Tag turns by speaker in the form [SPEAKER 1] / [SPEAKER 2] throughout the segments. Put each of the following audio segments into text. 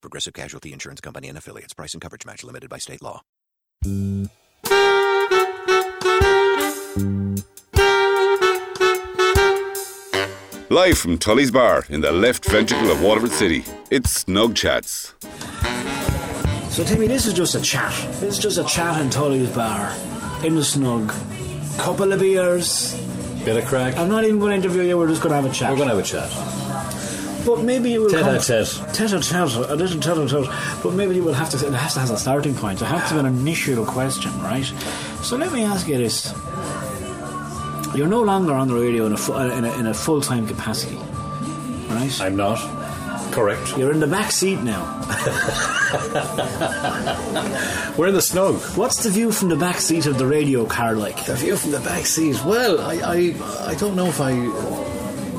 [SPEAKER 1] Progressive Casualty Insurance Company and affiliates. Price and coverage match limited by state law.
[SPEAKER 2] Live from Tully's Bar in the left ventricle of Waterford City, it's Snug Chats.
[SPEAKER 3] So Timmy, this is just a chat. This is just a chat in Tully's bar, in the snug, couple of beers.
[SPEAKER 4] Bit of crack.
[SPEAKER 3] I'm not even going to interview you. We're just going to have a chat.
[SPEAKER 4] We're going to have a chat.
[SPEAKER 3] But maybe you will
[SPEAKER 4] Tete
[SPEAKER 3] come-
[SPEAKER 4] a tete.
[SPEAKER 3] Tete a tete, a little tete a tete. But maybe you will have to. It has to have a starting point. It has to be an initial question, right? So let me ask you this: You're no longer on the radio in a fu- uh, in a, in a full time capacity, right?
[SPEAKER 4] I'm not. Correct.
[SPEAKER 3] You're in the back seat now.
[SPEAKER 4] We're in the snug.
[SPEAKER 3] What's the view from the back seat of the radio car like?
[SPEAKER 4] The view from the back seat. Well, I, I, I don't know if I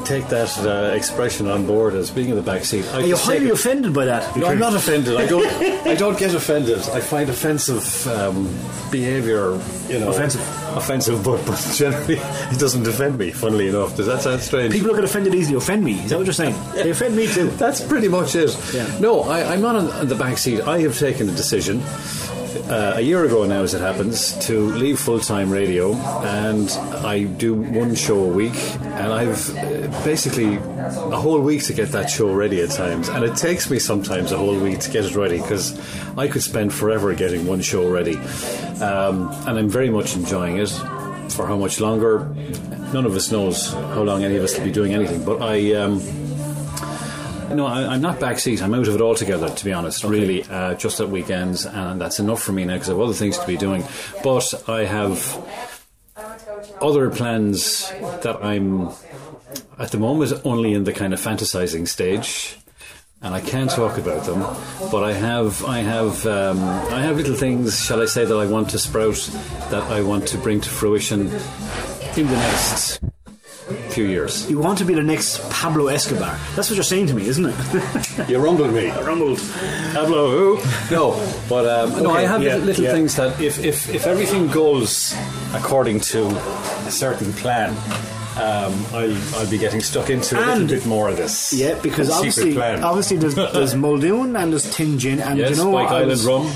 [SPEAKER 4] take that uh, expression on board as being in the back seat. I
[SPEAKER 3] Are you
[SPEAKER 4] just take
[SPEAKER 3] highly
[SPEAKER 4] it-
[SPEAKER 3] offended by that?
[SPEAKER 4] No, I'm not offended. I don't. I don't get offended. I find offensive um, behaviour, you know,
[SPEAKER 3] Offensive.
[SPEAKER 4] offensive, but, but generally it doesn't offend me. Funnily enough, does that sound strange?
[SPEAKER 3] People who get offended easily offend me. Is that what you're saying? They offend me too.
[SPEAKER 4] That's pretty much it.
[SPEAKER 3] Yeah.
[SPEAKER 4] No, I, I'm not on, on the back seat. I have taken a decision uh, a year ago now, as it happens, to leave full time radio, and I do one show a week, and I've uh, basically a whole week to get that show ready at times, and it takes me sometimes a whole week to get it ready because I could spend forever getting one show ready, um, and I'm very much enjoying it for how much longer. None of us knows how long any of us will be doing anything. But I, um, no, I, I'm not backseat. I'm out of it altogether, to be honest. Really, uh, just at weekends, and that's enough for me now because I have other things to be doing. But I have other plans that I'm at the moment only in the kind of fantasizing stage. And I can talk about them, but I have I have um, I have little things, shall I say, that I want to sprout, that I want to bring to fruition in the next few years.
[SPEAKER 3] You want to be the next Pablo Escobar. That's what you're saying to me, isn't it?
[SPEAKER 4] You rumbled me.
[SPEAKER 3] Rumbled.
[SPEAKER 4] Pablo who? No, but um, no,
[SPEAKER 3] Okay,
[SPEAKER 4] I have
[SPEAKER 3] yeah,
[SPEAKER 4] little, little
[SPEAKER 3] yeah.
[SPEAKER 4] things that if, if, if everything goes according to a certain plan, um, I'll, I'll be getting stuck into a
[SPEAKER 3] And-
[SPEAKER 4] little bit more of this.
[SPEAKER 3] Yeah, because
[SPEAKER 4] secret
[SPEAKER 3] obviously,
[SPEAKER 4] plan.
[SPEAKER 3] obviously there's, there's Muldoon and there's Tin Gin, and
[SPEAKER 4] Yes,
[SPEAKER 3] you know
[SPEAKER 4] Spike
[SPEAKER 3] what? I
[SPEAKER 4] Island
[SPEAKER 3] was-
[SPEAKER 4] rum.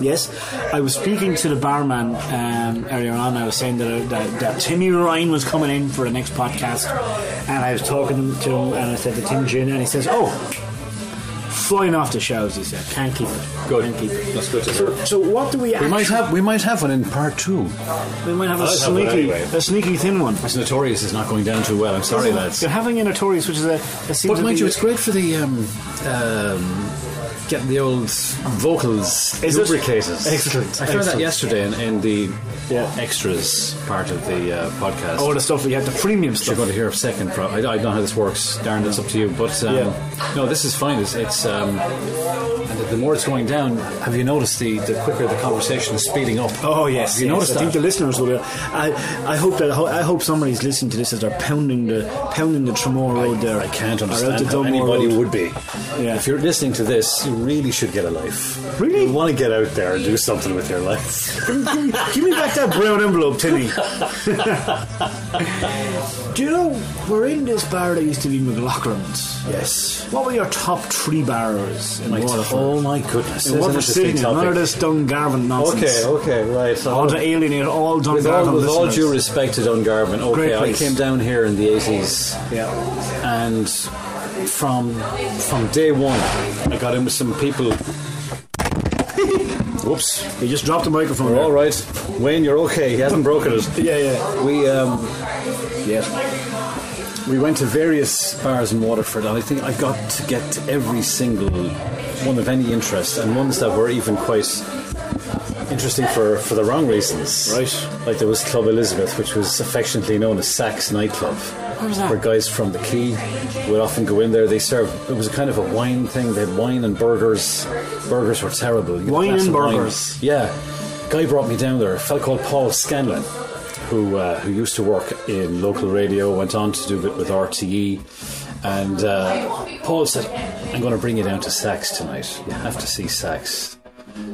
[SPEAKER 3] Yes, I was speaking to the barman um, earlier on. I was saying that, uh, that that Timmy Ryan was coming in for the next podcast, and I was talking to him, and I said the Tim Gin, and he says, "Oh, flying off the shelves," he said, "Can't keep it,
[SPEAKER 4] Good.
[SPEAKER 3] can't keep it."
[SPEAKER 4] That's good to hear.
[SPEAKER 3] So what do we?
[SPEAKER 4] We
[SPEAKER 3] actually-
[SPEAKER 4] might have we might have one in part two.
[SPEAKER 3] we might have a
[SPEAKER 4] I'll have one
[SPEAKER 3] sneaky,
[SPEAKER 4] anyway.
[SPEAKER 3] a sneaky thin one.
[SPEAKER 4] It's notorious. It's not going down too well. I'm sorry, lads.
[SPEAKER 3] You're having a notorious, which is a. a seems
[SPEAKER 4] But
[SPEAKER 3] to
[SPEAKER 4] mind
[SPEAKER 3] be-
[SPEAKER 4] you, it's great for the um, um, getting the old vocals
[SPEAKER 3] Is it?
[SPEAKER 4] lubricated.
[SPEAKER 3] Excellent,
[SPEAKER 4] I found that
[SPEAKER 3] excellent.
[SPEAKER 4] yesterday in, in the
[SPEAKER 3] Yeah.
[SPEAKER 4] extras part of the uh, podcast.
[SPEAKER 3] all the stuff we had, the premium
[SPEAKER 4] You're
[SPEAKER 3] stuff.
[SPEAKER 4] going to hear a second. Pro- I, I don't know how this works, Darren. That's up to you. But um,
[SPEAKER 3] Yeah.
[SPEAKER 4] no, this is fine. It's, it's um, and the, the more it's going down, have you noticed the, the quicker the conversation is speeding up?
[SPEAKER 3] Oh yes,
[SPEAKER 4] Have you
[SPEAKER 3] yes,
[SPEAKER 4] noticed
[SPEAKER 3] I
[SPEAKER 4] that?
[SPEAKER 3] think the listeners will. I, I hope that I hope somebody's listening to this as they're pounding the pounding the Tremore Road there.
[SPEAKER 4] I can't
[SPEAKER 3] Or out
[SPEAKER 4] understand
[SPEAKER 3] the
[SPEAKER 4] how
[SPEAKER 3] Dunmore
[SPEAKER 4] anybody
[SPEAKER 3] Road.
[SPEAKER 4] would be.
[SPEAKER 3] Yeah.
[SPEAKER 4] If you're listening to this, you really should get a life.
[SPEAKER 3] Really?
[SPEAKER 4] You want to get out there and do something with your life.
[SPEAKER 3] Give me back that brown envelope, Timmy. Do you know we're in this bar that used to be McLaughlin's?
[SPEAKER 4] yes.
[SPEAKER 3] What were your top three bars in
[SPEAKER 4] My
[SPEAKER 3] Waterford?
[SPEAKER 4] oh my goodness.
[SPEAKER 3] in
[SPEAKER 4] There's an
[SPEAKER 3] Waterford City,
[SPEAKER 4] interesting
[SPEAKER 3] none of
[SPEAKER 4] topic.
[SPEAKER 3] this Dungarvan nonsense.
[SPEAKER 4] Okay, okay, right.
[SPEAKER 3] I want to alienate all Dungarvan
[SPEAKER 4] with all, with all
[SPEAKER 3] listeners.
[SPEAKER 4] due respect to Dungarvan,
[SPEAKER 3] Great
[SPEAKER 4] okay, I
[SPEAKER 3] place.
[SPEAKER 4] came down here in the 80s
[SPEAKER 3] yeah.
[SPEAKER 4] and from from day one, I got in with some people. Whoops.
[SPEAKER 3] You just dropped the microphone.
[SPEAKER 4] We're
[SPEAKER 3] there.
[SPEAKER 4] all right. Wayne, you're okay. He hasn't broken it.
[SPEAKER 3] Yeah, yeah.
[SPEAKER 4] We um, we went to various bars in Waterford, and I think I got to get to every single one of any interest, and ones that were even quite interesting for, for the wrong reasons.
[SPEAKER 3] Right.
[SPEAKER 4] Like there was Club Elizabeth, which was affectionately known as Sax nightclub.
[SPEAKER 3] Where's that?
[SPEAKER 4] Where guys from the Key would often go in there. They served it was a kind of a wine thing. They had wine and burgers,
[SPEAKER 5] burgers were terrible. You get a
[SPEAKER 3] Wine
[SPEAKER 5] glass
[SPEAKER 3] and
[SPEAKER 5] of
[SPEAKER 3] burgers.
[SPEAKER 5] Yeah. Guy brought me down there, a fellow called Paul Scanlon, who uh, who used to work in local radio, went on to do a bit with RTE. And uh, Paul said, I'm going to bring you down to Sax tonight. You have to see Sax.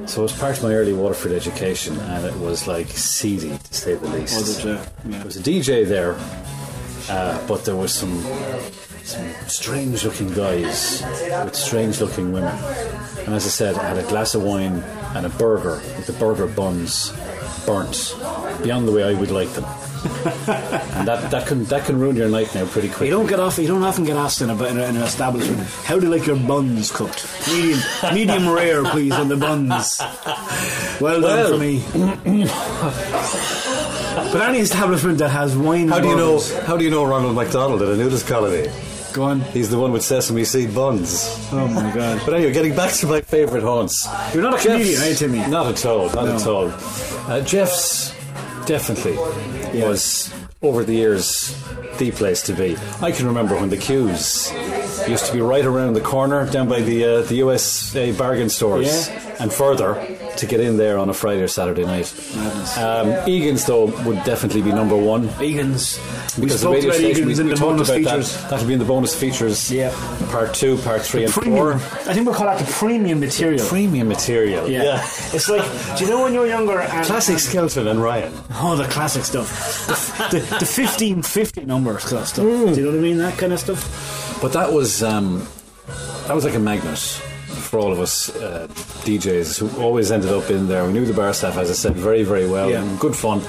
[SPEAKER 5] So it was part of my early Waterford education, and it was like seedy, to say the least.
[SPEAKER 3] Was it, uh, yeah.
[SPEAKER 5] There was a DJ there, uh, but there was some, some strange-looking guys with strange-looking women. And as I said, I had a glass of wine and a burger with the burger buns burnt beyond the way I would like them. and that, that can that can ruin your night now pretty quickly.
[SPEAKER 3] You don't get off. You don't often get asked in, a, in, a, in an establishment how do you like your buns cooked? Medium, medium rare, please, on the buns.
[SPEAKER 5] Well.
[SPEAKER 3] Well, done for me. but any establishment that has wine,
[SPEAKER 4] How
[SPEAKER 3] and
[SPEAKER 4] do you know?
[SPEAKER 3] burgers-
[SPEAKER 4] How do you know Ronald McDonald at a nudist colony?
[SPEAKER 3] Go on.
[SPEAKER 4] He's the one with sesame seed buns.
[SPEAKER 3] Oh my god.
[SPEAKER 4] But anyway, getting back to my favourite haunts.
[SPEAKER 3] You're not a
[SPEAKER 4] Jeff's-
[SPEAKER 3] comedian, eh, Timmy?
[SPEAKER 4] Not at all. Not
[SPEAKER 3] No.
[SPEAKER 4] at all. Uh, Jeff's definitely was over the years the place to be. I can remember when the queues used to be right around the corner down by the uh, the USA bargain stores
[SPEAKER 3] Yeah.
[SPEAKER 4] and further to get in there on a Friday or Saturday night.
[SPEAKER 3] Madness.
[SPEAKER 4] Um, Egan's though would definitely be number one.
[SPEAKER 3] Vegans. We
[SPEAKER 4] Because the
[SPEAKER 3] spoke
[SPEAKER 4] radio
[SPEAKER 3] about
[SPEAKER 4] station,
[SPEAKER 3] vegans
[SPEAKER 4] we,
[SPEAKER 3] in
[SPEAKER 4] we
[SPEAKER 3] the
[SPEAKER 4] talked
[SPEAKER 3] bonus
[SPEAKER 4] about
[SPEAKER 3] features.
[SPEAKER 4] that. That'll be in the bonus features.
[SPEAKER 3] Yeah.
[SPEAKER 4] Part two, part three, and
[SPEAKER 3] Premium.
[SPEAKER 4] four.
[SPEAKER 3] I think we'll call that the premium material.
[SPEAKER 4] Premium material.
[SPEAKER 3] yeah. It's like, do you know when you're younger? And,
[SPEAKER 4] Classic Skelton and Ryan.
[SPEAKER 3] Oh, the classic stuff. The, the, the 1550 numbers kind of stuff.
[SPEAKER 4] Mm.
[SPEAKER 3] Do you know what I mean? That kind of stuff.
[SPEAKER 4] But that was um, that was like a magnet for all of us uh, DJs who always ended up in there. We knew the bar staff, as I said, very, very well.
[SPEAKER 3] Yeah.
[SPEAKER 4] And good fun,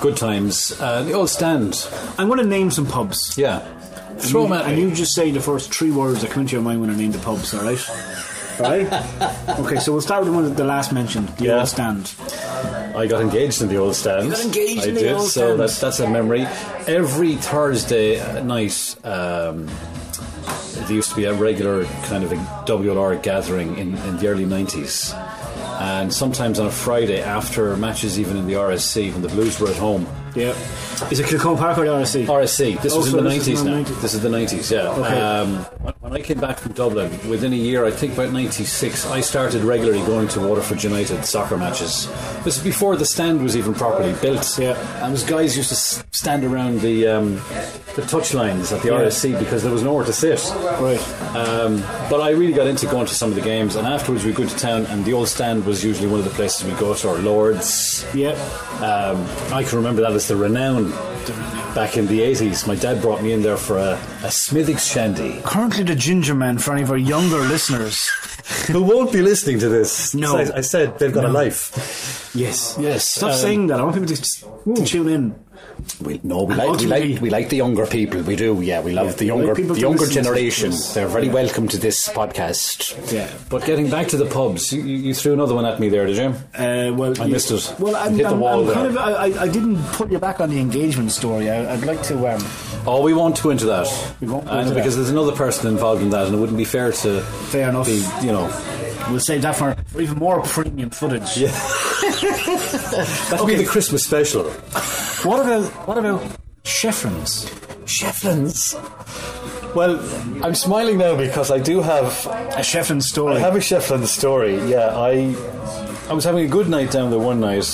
[SPEAKER 4] good times. Uh, the old stand.
[SPEAKER 3] I'm going to name some pubs.
[SPEAKER 4] Yeah. Throw 'em
[SPEAKER 3] and,
[SPEAKER 4] at
[SPEAKER 3] you, and
[SPEAKER 4] me.
[SPEAKER 3] you just say the first three words that come into your mind when I name the pubs, all right? All right? okay, so we'll start with the one that the last mentioned, the
[SPEAKER 4] Yeah.
[SPEAKER 3] old stand.
[SPEAKER 4] I got engaged in the old stand.
[SPEAKER 3] You got engaged
[SPEAKER 4] I
[SPEAKER 3] in the
[SPEAKER 4] did,
[SPEAKER 3] old
[SPEAKER 4] so
[SPEAKER 3] stand.
[SPEAKER 4] that's that's a memory. Every Thursday night, um, there used to be a regular kind of a WLR gathering in, in the early '90s, and sometimes on a Friday after matches, even in the RSC when the Blues were at home.
[SPEAKER 3] Yeah. Is it Kilcone Park or the RSC?
[SPEAKER 4] RSC. This
[SPEAKER 3] Oh,
[SPEAKER 4] was
[SPEAKER 3] so
[SPEAKER 4] in the
[SPEAKER 3] this is
[SPEAKER 4] nineties
[SPEAKER 3] now
[SPEAKER 4] now.
[SPEAKER 3] 90s.
[SPEAKER 4] This is the nineties. Yeah.
[SPEAKER 3] Okay.
[SPEAKER 4] Um, when- when I came back from Dublin, within a year, I think about ninety six, I started regularly going to Waterford United soccer matches. This is before the stand was even properly built.
[SPEAKER 3] Yeah.
[SPEAKER 4] And those guys used to s- stand around the um, the touch lines at the RSC because there was nowhere to sit.
[SPEAKER 3] Right.
[SPEAKER 4] Um, but I really got into going to some of the games, and afterwards we'd go to town, and the old stand was usually one of the places we go to, or Lords.
[SPEAKER 3] Yeah.
[SPEAKER 4] Um, I can remember that as the renown back in the 80s. My dad brought me in there for a, a Smithwick's shandy.
[SPEAKER 3] Currently the Ginger Man for any of our younger listeners.
[SPEAKER 4] Who won't be listening to this?
[SPEAKER 3] No.
[SPEAKER 4] I, I said they've got a life.
[SPEAKER 3] Yes.
[SPEAKER 4] Yes,
[SPEAKER 3] Stop
[SPEAKER 4] um,
[SPEAKER 3] saying that. I want people to, just- to tune in.
[SPEAKER 4] We, no, we
[SPEAKER 3] like- we like- we
[SPEAKER 4] the younger people. We do, yeah. We love
[SPEAKER 3] the we like younger- people the to younger listen to generation. us. They're very Yeah.
[SPEAKER 4] welcome to this podcast.
[SPEAKER 3] Yeah.
[SPEAKER 4] But getting back to the pubs, you, you you threw another one at me there, did you?
[SPEAKER 3] Uh, well,
[SPEAKER 4] I
[SPEAKER 3] you-
[SPEAKER 4] missed it.
[SPEAKER 3] Well,
[SPEAKER 4] It
[SPEAKER 3] I'm,
[SPEAKER 4] hit the
[SPEAKER 3] I'm-
[SPEAKER 4] wall
[SPEAKER 3] I'm kind
[SPEAKER 4] there.
[SPEAKER 3] of. I, I- I didn't put you back on the engagement story. I, I'd like to. Um,
[SPEAKER 4] Oh, we won't go into that.
[SPEAKER 3] We won't go
[SPEAKER 4] I know,
[SPEAKER 3] into
[SPEAKER 4] because
[SPEAKER 3] that.
[SPEAKER 4] there's another person involved in that, and it wouldn't be fair to
[SPEAKER 3] fair enough.
[SPEAKER 4] be, you know.
[SPEAKER 3] We'll save that for, for even more premium footage.
[SPEAKER 4] That'd be the Christmas special.
[SPEAKER 3] What about what about Sheffrins?
[SPEAKER 4] Shefflins. Well, I'm smiling now because I do have
[SPEAKER 3] A Sheffrins
[SPEAKER 4] I
[SPEAKER 3] story.
[SPEAKER 4] have a Shefflin story. Yeah, I I was having a good night down there one night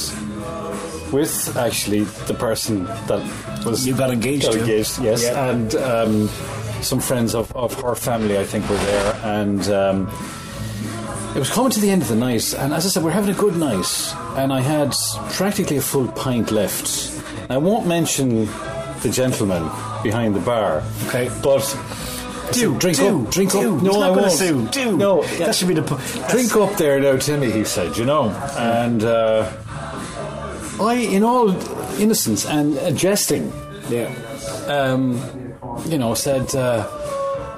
[SPEAKER 4] with actually the person that was
[SPEAKER 3] You got engaged
[SPEAKER 4] got
[SPEAKER 3] to.
[SPEAKER 4] engaged, yes,
[SPEAKER 3] Yeah.
[SPEAKER 4] and um, some friends of, of her family I think were there, and um, it was coming to the end of the night, and as I said, we we're having a good night, and I had practically a full pint left. I won't mention the gentleman behind the bar,
[SPEAKER 3] Okay.
[SPEAKER 4] but.
[SPEAKER 3] Do,
[SPEAKER 4] drink
[SPEAKER 3] do,
[SPEAKER 4] up, drink
[SPEAKER 3] do.
[SPEAKER 4] up. No,
[SPEAKER 3] He's not
[SPEAKER 4] I
[SPEAKER 3] gonna
[SPEAKER 4] won't.
[SPEAKER 3] sue. Do.
[SPEAKER 4] No,
[SPEAKER 3] That should be the pu-
[SPEAKER 4] drink up there now, Timmy. He said, you know, and uh, I, in all innocence and uh, jesting,
[SPEAKER 3] yeah.
[SPEAKER 4] um, you know, said, uh,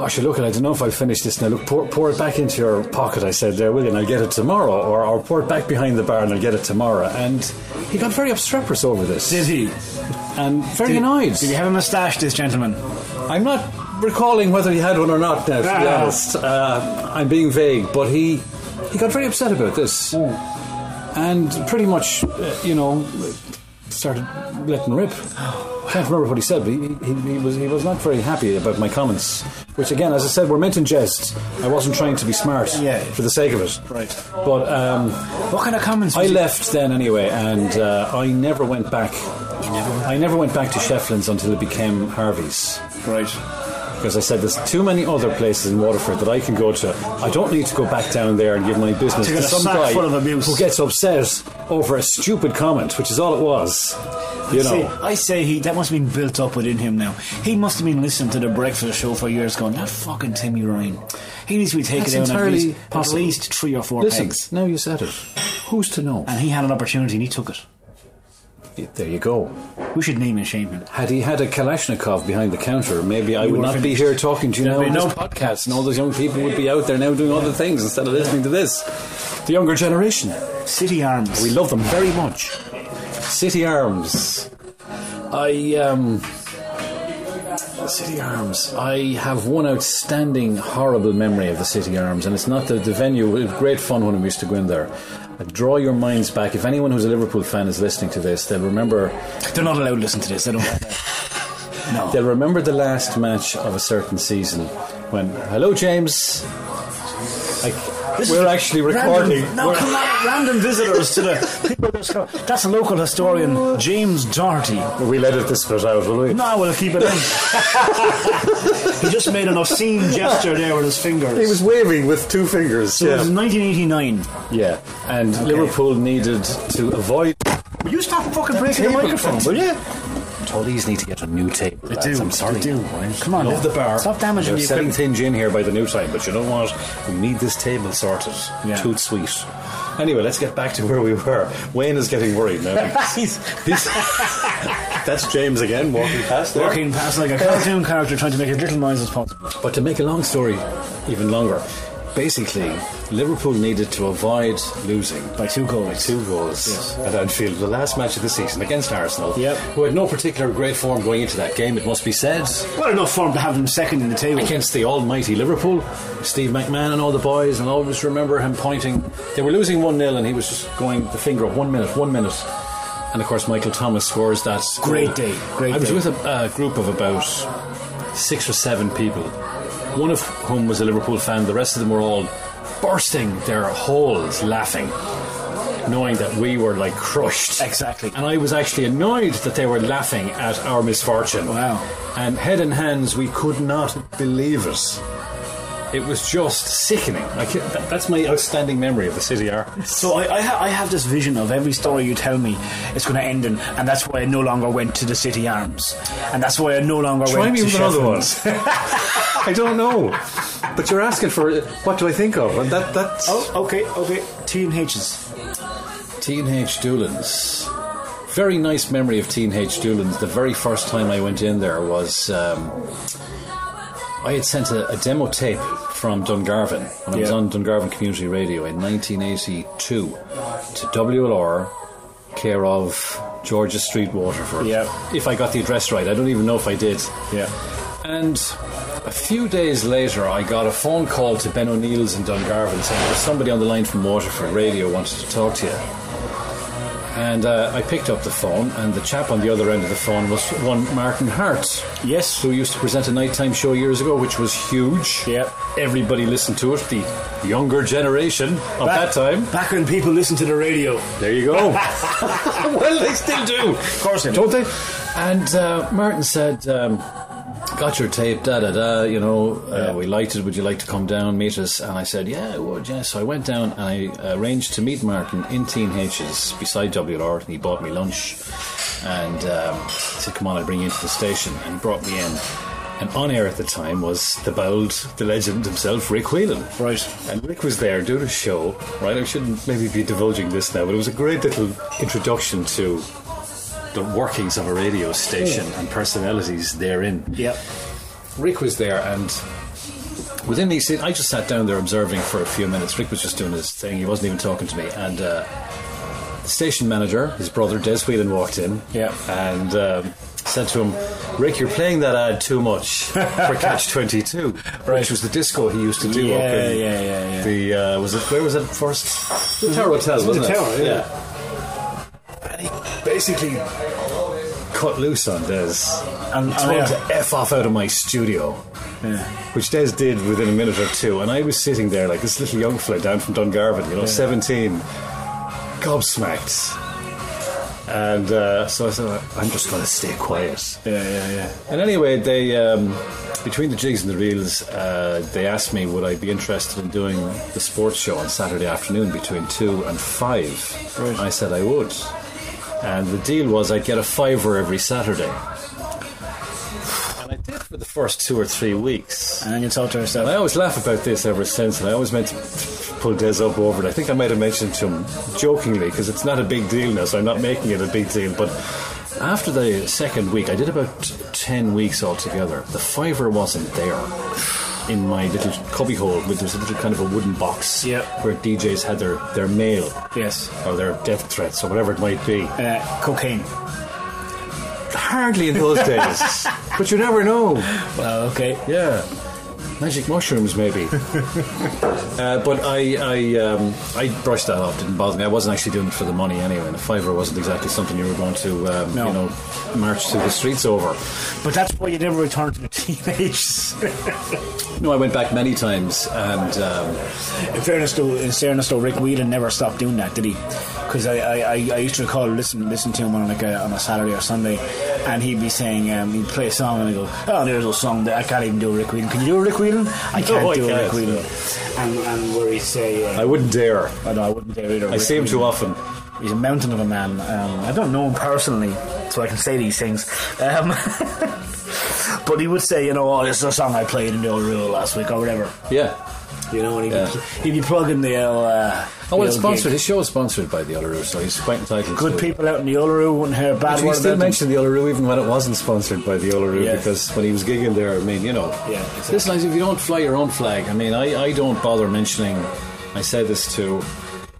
[SPEAKER 4] Actually, look, I don't know if I'll finish this now. Look, pour, pour it back into your pocket, I said there, will you? And I'll get it tomorrow. Or, or pour it back behind the bar and I'll get it tomorrow. And he got very obstreperous over this.
[SPEAKER 3] Did he?
[SPEAKER 4] And very annoyed.
[SPEAKER 3] Did he have a moustache, this gentleman?
[SPEAKER 4] I'm not recalling whether he had one or not now, to be
[SPEAKER 3] Ah.
[SPEAKER 4] honest. Uh, I'm being vague, but he,
[SPEAKER 3] Hmm.
[SPEAKER 4] he got very upset about this. And pretty much, uh, you know, started letting rip. I can't remember what he said, but he, he, he was he was not very happy about my comments. Which again, as I said, were meant in jest. I wasn't trying to be smart
[SPEAKER 3] Yeah.
[SPEAKER 4] for the sake of it.
[SPEAKER 3] Right.
[SPEAKER 4] But um,
[SPEAKER 3] What kind of comments?
[SPEAKER 4] I
[SPEAKER 3] was it?
[SPEAKER 4] left then anyway, and uh, I never went back. I never went back to Shefflin's until it became Harvey's.
[SPEAKER 3] Right.
[SPEAKER 4] Because I said there's too many other places in Waterford that I can go to. I don't need to go back down there and give my business
[SPEAKER 3] To
[SPEAKER 4] to,
[SPEAKER 3] get a
[SPEAKER 4] some
[SPEAKER 3] sack
[SPEAKER 4] guy
[SPEAKER 3] full of abuse.
[SPEAKER 4] who gets upset over a stupid comment, which is all it was. You
[SPEAKER 3] See,
[SPEAKER 4] know.
[SPEAKER 3] I say he that must have been built up within him now. He must have been listening to the breakfast show for years, going, "That fucking Timmy Ryan, he needs to be taken
[SPEAKER 4] That's
[SPEAKER 3] down at
[SPEAKER 4] entirely
[SPEAKER 3] least, at
[SPEAKER 4] possible.
[SPEAKER 3] least three or four
[SPEAKER 4] Listen,
[SPEAKER 3] pegs." Ah.
[SPEAKER 4] now you said it. Who's to know?
[SPEAKER 3] And he had an opportunity and he took it.
[SPEAKER 4] There you go.
[SPEAKER 3] We should name and shame him.
[SPEAKER 4] Had he had a Kalashnikov behind the counter, maybe I would
[SPEAKER 3] were
[SPEAKER 4] not be
[SPEAKER 3] finished.
[SPEAKER 4] here talking to you
[SPEAKER 3] There'd
[SPEAKER 4] now
[SPEAKER 3] be
[SPEAKER 4] on
[SPEAKER 3] no
[SPEAKER 4] this podcast, and all those young people would be out there now doing other things instead of listening to this. The younger generation.
[SPEAKER 3] City Arms.
[SPEAKER 4] We love them very much. City Arms. I um City Arms. I have one outstanding horrible memory of the City Arms, and it's not the, the venue. It was great fun when we used to go in there. I draw your minds back. If anyone who's a Liverpool fan is listening to this, they'll remember
[SPEAKER 3] They're not allowed to listen to this. They don't. no.
[SPEAKER 4] they'll remember the last match of a certain season when hello James. I,
[SPEAKER 3] This is
[SPEAKER 4] we're actually recording.
[SPEAKER 3] Random, no,
[SPEAKER 4] We're-
[SPEAKER 3] come on, random visitors to the people. That's, co- that's a local historian, James Doherty.
[SPEAKER 4] we'll edit this bit out, will we?
[SPEAKER 3] No, we'll keep it in. he just made an obscene gesture there with his fingers.
[SPEAKER 4] He was waving with two fingers.
[SPEAKER 3] So it was 1989.
[SPEAKER 4] Yeah, and Liverpool needed to avoid.
[SPEAKER 3] Will you stop fucking breaking the microphone, will you?
[SPEAKER 4] Tollies need to get a new table. They
[SPEAKER 3] do,
[SPEAKER 4] I'm sorry.
[SPEAKER 3] they do. Come on
[SPEAKER 4] Love
[SPEAKER 3] now.
[SPEAKER 4] the bar.
[SPEAKER 3] Stop damaging
[SPEAKER 4] They're
[SPEAKER 3] the
[SPEAKER 4] selling
[SPEAKER 3] equipment.
[SPEAKER 4] things in here by the new time, but you know what? We need this table sorted.
[SPEAKER 3] Yeah.
[SPEAKER 4] Toot sweet. Anyway, let's get back to where we were. Wayne is getting worried now.
[SPEAKER 3] He's
[SPEAKER 4] He's- that's James again walking past there.
[SPEAKER 3] walking past like a cartoon character trying to make as little noise as possible.
[SPEAKER 4] But to make a long story even longer, basically, Liverpool needed to avoid losing
[SPEAKER 3] By two goals.
[SPEAKER 4] by two goals
[SPEAKER 3] Yes.
[SPEAKER 4] at Anfield, the last match of the season against Arsenal,
[SPEAKER 3] Yep.
[SPEAKER 4] who had no particular great form going into that game, it must be said.
[SPEAKER 3] Well, enough for him to have them second in the table.
[SPEAKER 4] Against the almighty Liverpool, Steve McMahon and all the boys, and I always remember him pointing. They were losing 1 0, and he was just going the finger up one minute, one minute. And of course, Michael Thomas scores that. goal.
[SPEAKER 3] Great day, great
[SPEAKER 4] I was
[SPEAKER 3] day.
[SPEAKER 4] with a uh, group of about six or seven people, one of whom was a Liverpool fan, the rest of them were all bursting their holes laughing, knowing that we were like crushed.
[SPEAKER 3] Exactly.
[SPEAKER 4] And I was actually annoyed that they were laughing at our misfortune.
[SPEAKER 3] Wow.
[SPEAKER 4] And head and hands, we could not believe it. It was just sickening. I can't- that- that's my outstanding memory of the City Hour.
[SPEAKER 3] So I, I, ha- I have this vision of every story you tell me, it's going to end in, and that's why I no longer went to the City Arms, and that's why I no longer
[SPEAKER 4] Try
[SPEAKER 3] went
[SPEAKER 4] me
[SPEAKER 3] to
[SPEAKER 4] with another one.
[SPEAKER 3] Sheffield's.
[SPEAKER 4] I don't know. But you're asking for uh, what do I think of? And that, that's.
[SPEAKER 3] Oh, okay, okay. T and H's.
[SPEAKER 4] Teenage Doolins. Very nice memory of Teenage Doolins. The very first time I went in there was um, I had sent a, a demo tape from Dungarvan when I was
[SPEAKER 3] Yeah.
[SPEAKER 4] on Dungarvan Community Radio in 1982 to WLR, care of Georgia Street, Waterford.
[SPEAKER 3] Yeah.
[SPEAKER 4] If I got the address right, I don't even know if I did.
[SPEAKER 3] Yeah.
[SPEAKER 4] And a few days later, I got a phone call to Ben O'Neill's in Dungarvan saying there was somebody on the line from Waterford Radio wanted to talk to you. And uh, I picked up the phone, and the chap on the other end of the phone was one Martin Hart,
[SPEAKER 3] Yes.
[SPEAKER 4] who used to present a nighttime show years ago, which was huge.
[SPEAKER 3] Yeah.
[SPEAKER 4] Everybody listened to it, the younger generation of that time. Oh.
[SPEAKER 3] Back when people listened to the radio.
[SPEAKER 4] There you go. well, they still do. Of course
[SPEAKER 3] they do.
[SPEAKER 4] Don't they? And uh, Martin said, um, Got your tape, da da da, you know, uh, we liked it. Would you like to come down, meet us? And I said, Yeah, I would, yeah. So I went down and I arranged to meet Martin in Teen H's beside WLR, and he bought me lunch. And um, he said, Come on, I'll bring you into the station. And he brought me in. And on air at the time was the bold, the legend himself, Rick Whelan.
[SPEAKER 3] Right.
[SPEAKER 4] And Rick was there doing a show, right? I shouldn't maybe be divulging this now, but it was a great little introduction to the workings of a radio station and personalities therein.
[SPEAKER 3] Yep.
[SPEAKER 4] Rick was there, and within these, I just sat down there observing for a few minutes. Rick was just doing his thing; he wasn't even talking to me. And uh, the station manager, his brother Des Whelan, walked in,
[SPEAKER 3] Yeah.
[SPEAKER 4] and um, said to him, "Rick, you're playing that ad too much for Catch 22, which was the disco he used to do up
[SPEAKER 3] Yeah,
[SPEAKER 4] in
[SPEAKER 3] yeah, yeah, yeah.
[SPEAKER 4] the uh, was it where was it first? The Tower Hotels, wasn't
[SPEAKER 3] The
[SPEAKER 4] it?
[SPEAKER 3] Tower, yeah.
[SPEAKER 4] And he basically cut loose on Des
[SPEAKER 3] And-
[SPEAKER 4] and told
[SPEAKER 3] and,
[SPEAKER 4] him
[SPEAKER 3] yeah.
[SPEAKER 4] to F off out of my studio. Which Des did within a minute or two, and I was sitting there like this little young fella down from Dungarvan, you know, 17, gobsmacked. And uh, so I said, I'm just going to stay quiet.
[SPEAKER 3] Yeah, yeah, yeah.
[SPEAKER 4] And anyway, they um, between the jigs and the reels, uh, they asked me would I be interested in doing the sports show on Saturday afternoon between two and five.
[SPEAKER 3] Right.
[SPEAKER 4] I said I would, and the deal was I'd get a fiver every Saturday. And I did for the first two or three weeks.
[SPEAKER 3] And then you talk to
[SPEAKER 4] And I
[SPEAKER 3] yourself.
[SPEAKER 4] always laugh about this ever since, and I always meant to pull Des up over it. I think I might have mentioned to him jokingly because it's not a big deal now, so I'm not making it a big deal. But after the second week, I did about 10 weeks altogether. The fiver wasn't there in my little cubbyhole, where there's a little kind of a wooden box
[SPEAKER 3] Yeah.
[SPEAKER 4] where DJs had their, their mail
[SPEAKER 3] Yes.
[SPEAKER 4] or their death threats or whatever it might be.
[SPEAKER 3] Uh, cocaine.
[SPEAKER 4] Hardly in those days, but you never know.
[SPEAKER 3] Well, okay.
[SPEAKER 4] Yeah. Magic mushrooms, maybe. uh, but I, I, um, I brushed that off. Didn't bother me. I wasn't actually doing it for the money anyway. And a fiver wasn't exactly something you were going to, um,
[SPEAKER 3] No.
[SPEAKER 4] you know, march through the streets over.
[SPEAKER 3] But that's why you never return to the teenagers.
[SPEAKER 4] No, I went back many times, and um,
[SPEAKER 3] in fairness, though, in fairness, though, Rick Whelan never stopped doing that, did he? Because I, I, I, I used to recall listen, listen to him on like a, on a Saturday or Sunday, and he'd be saying um, he'd play a song and I go, oh, there's a song that I can't even do a Rick Whelan. Can you do a Rick Whelan? I can't
[SPEAKER 4] I
[SPEAKER 3] do a Rick
[SPEAKER 4] can't.
[SPEAKER 3] Whelan. And, and where he'd say, uh,
[SPEAKER 4] I wouldn't dare.
[SPEAKER 3] I, know, I wouldn't dare either.
[SPEAKER 4] I see him too often.
[SPEAKER 3] He's a mountain of a man. Um, I don't know him personally, so I can say these things. Um, but he would say, you know, oh, this is a song I played in the old rule last week or whatever.
[SPEAKER 4] Yeah.
[SPEAKER 3] You know, and he'd,
[SPEAKER 4] Yeah.
[SPEAKER 3] be, pl- he'd be plugging the old. Uh,
[SPEAKER 4] Oh, well,
[SPEAKER 3] the
[SPEAKER 4] it's
[SPEAKER 3] old
[SPEAKER 4] sponsored.
[SPEAKER 3] gig.
[SPEAKER 4] His show is sponsored by the Uluru, so he's quite entitled to
[SPEAKER 3] Good
[SPEAKER 4] it.
[SPEAKER 3] people out in the Uluru wouldn't hear a bad
[SPEAKER 4] But we
[SPEAKER 3] word
[SPEAKER 4] still
[SPEAKER 3] about them.
[SPEAKER 4] mentioned the Uluru even when it wasn't sponsored by the Uluru
[SPEAKER 3] Yeah.
[SPEAKER 4] because when he was gigging there, I mean, you know.
[SPEAKER 3] Yeah, exactly.
[SPEAKER 4] Listen, if you don't fly your own flag, I mean, I, I don't bother mentioning. I said this to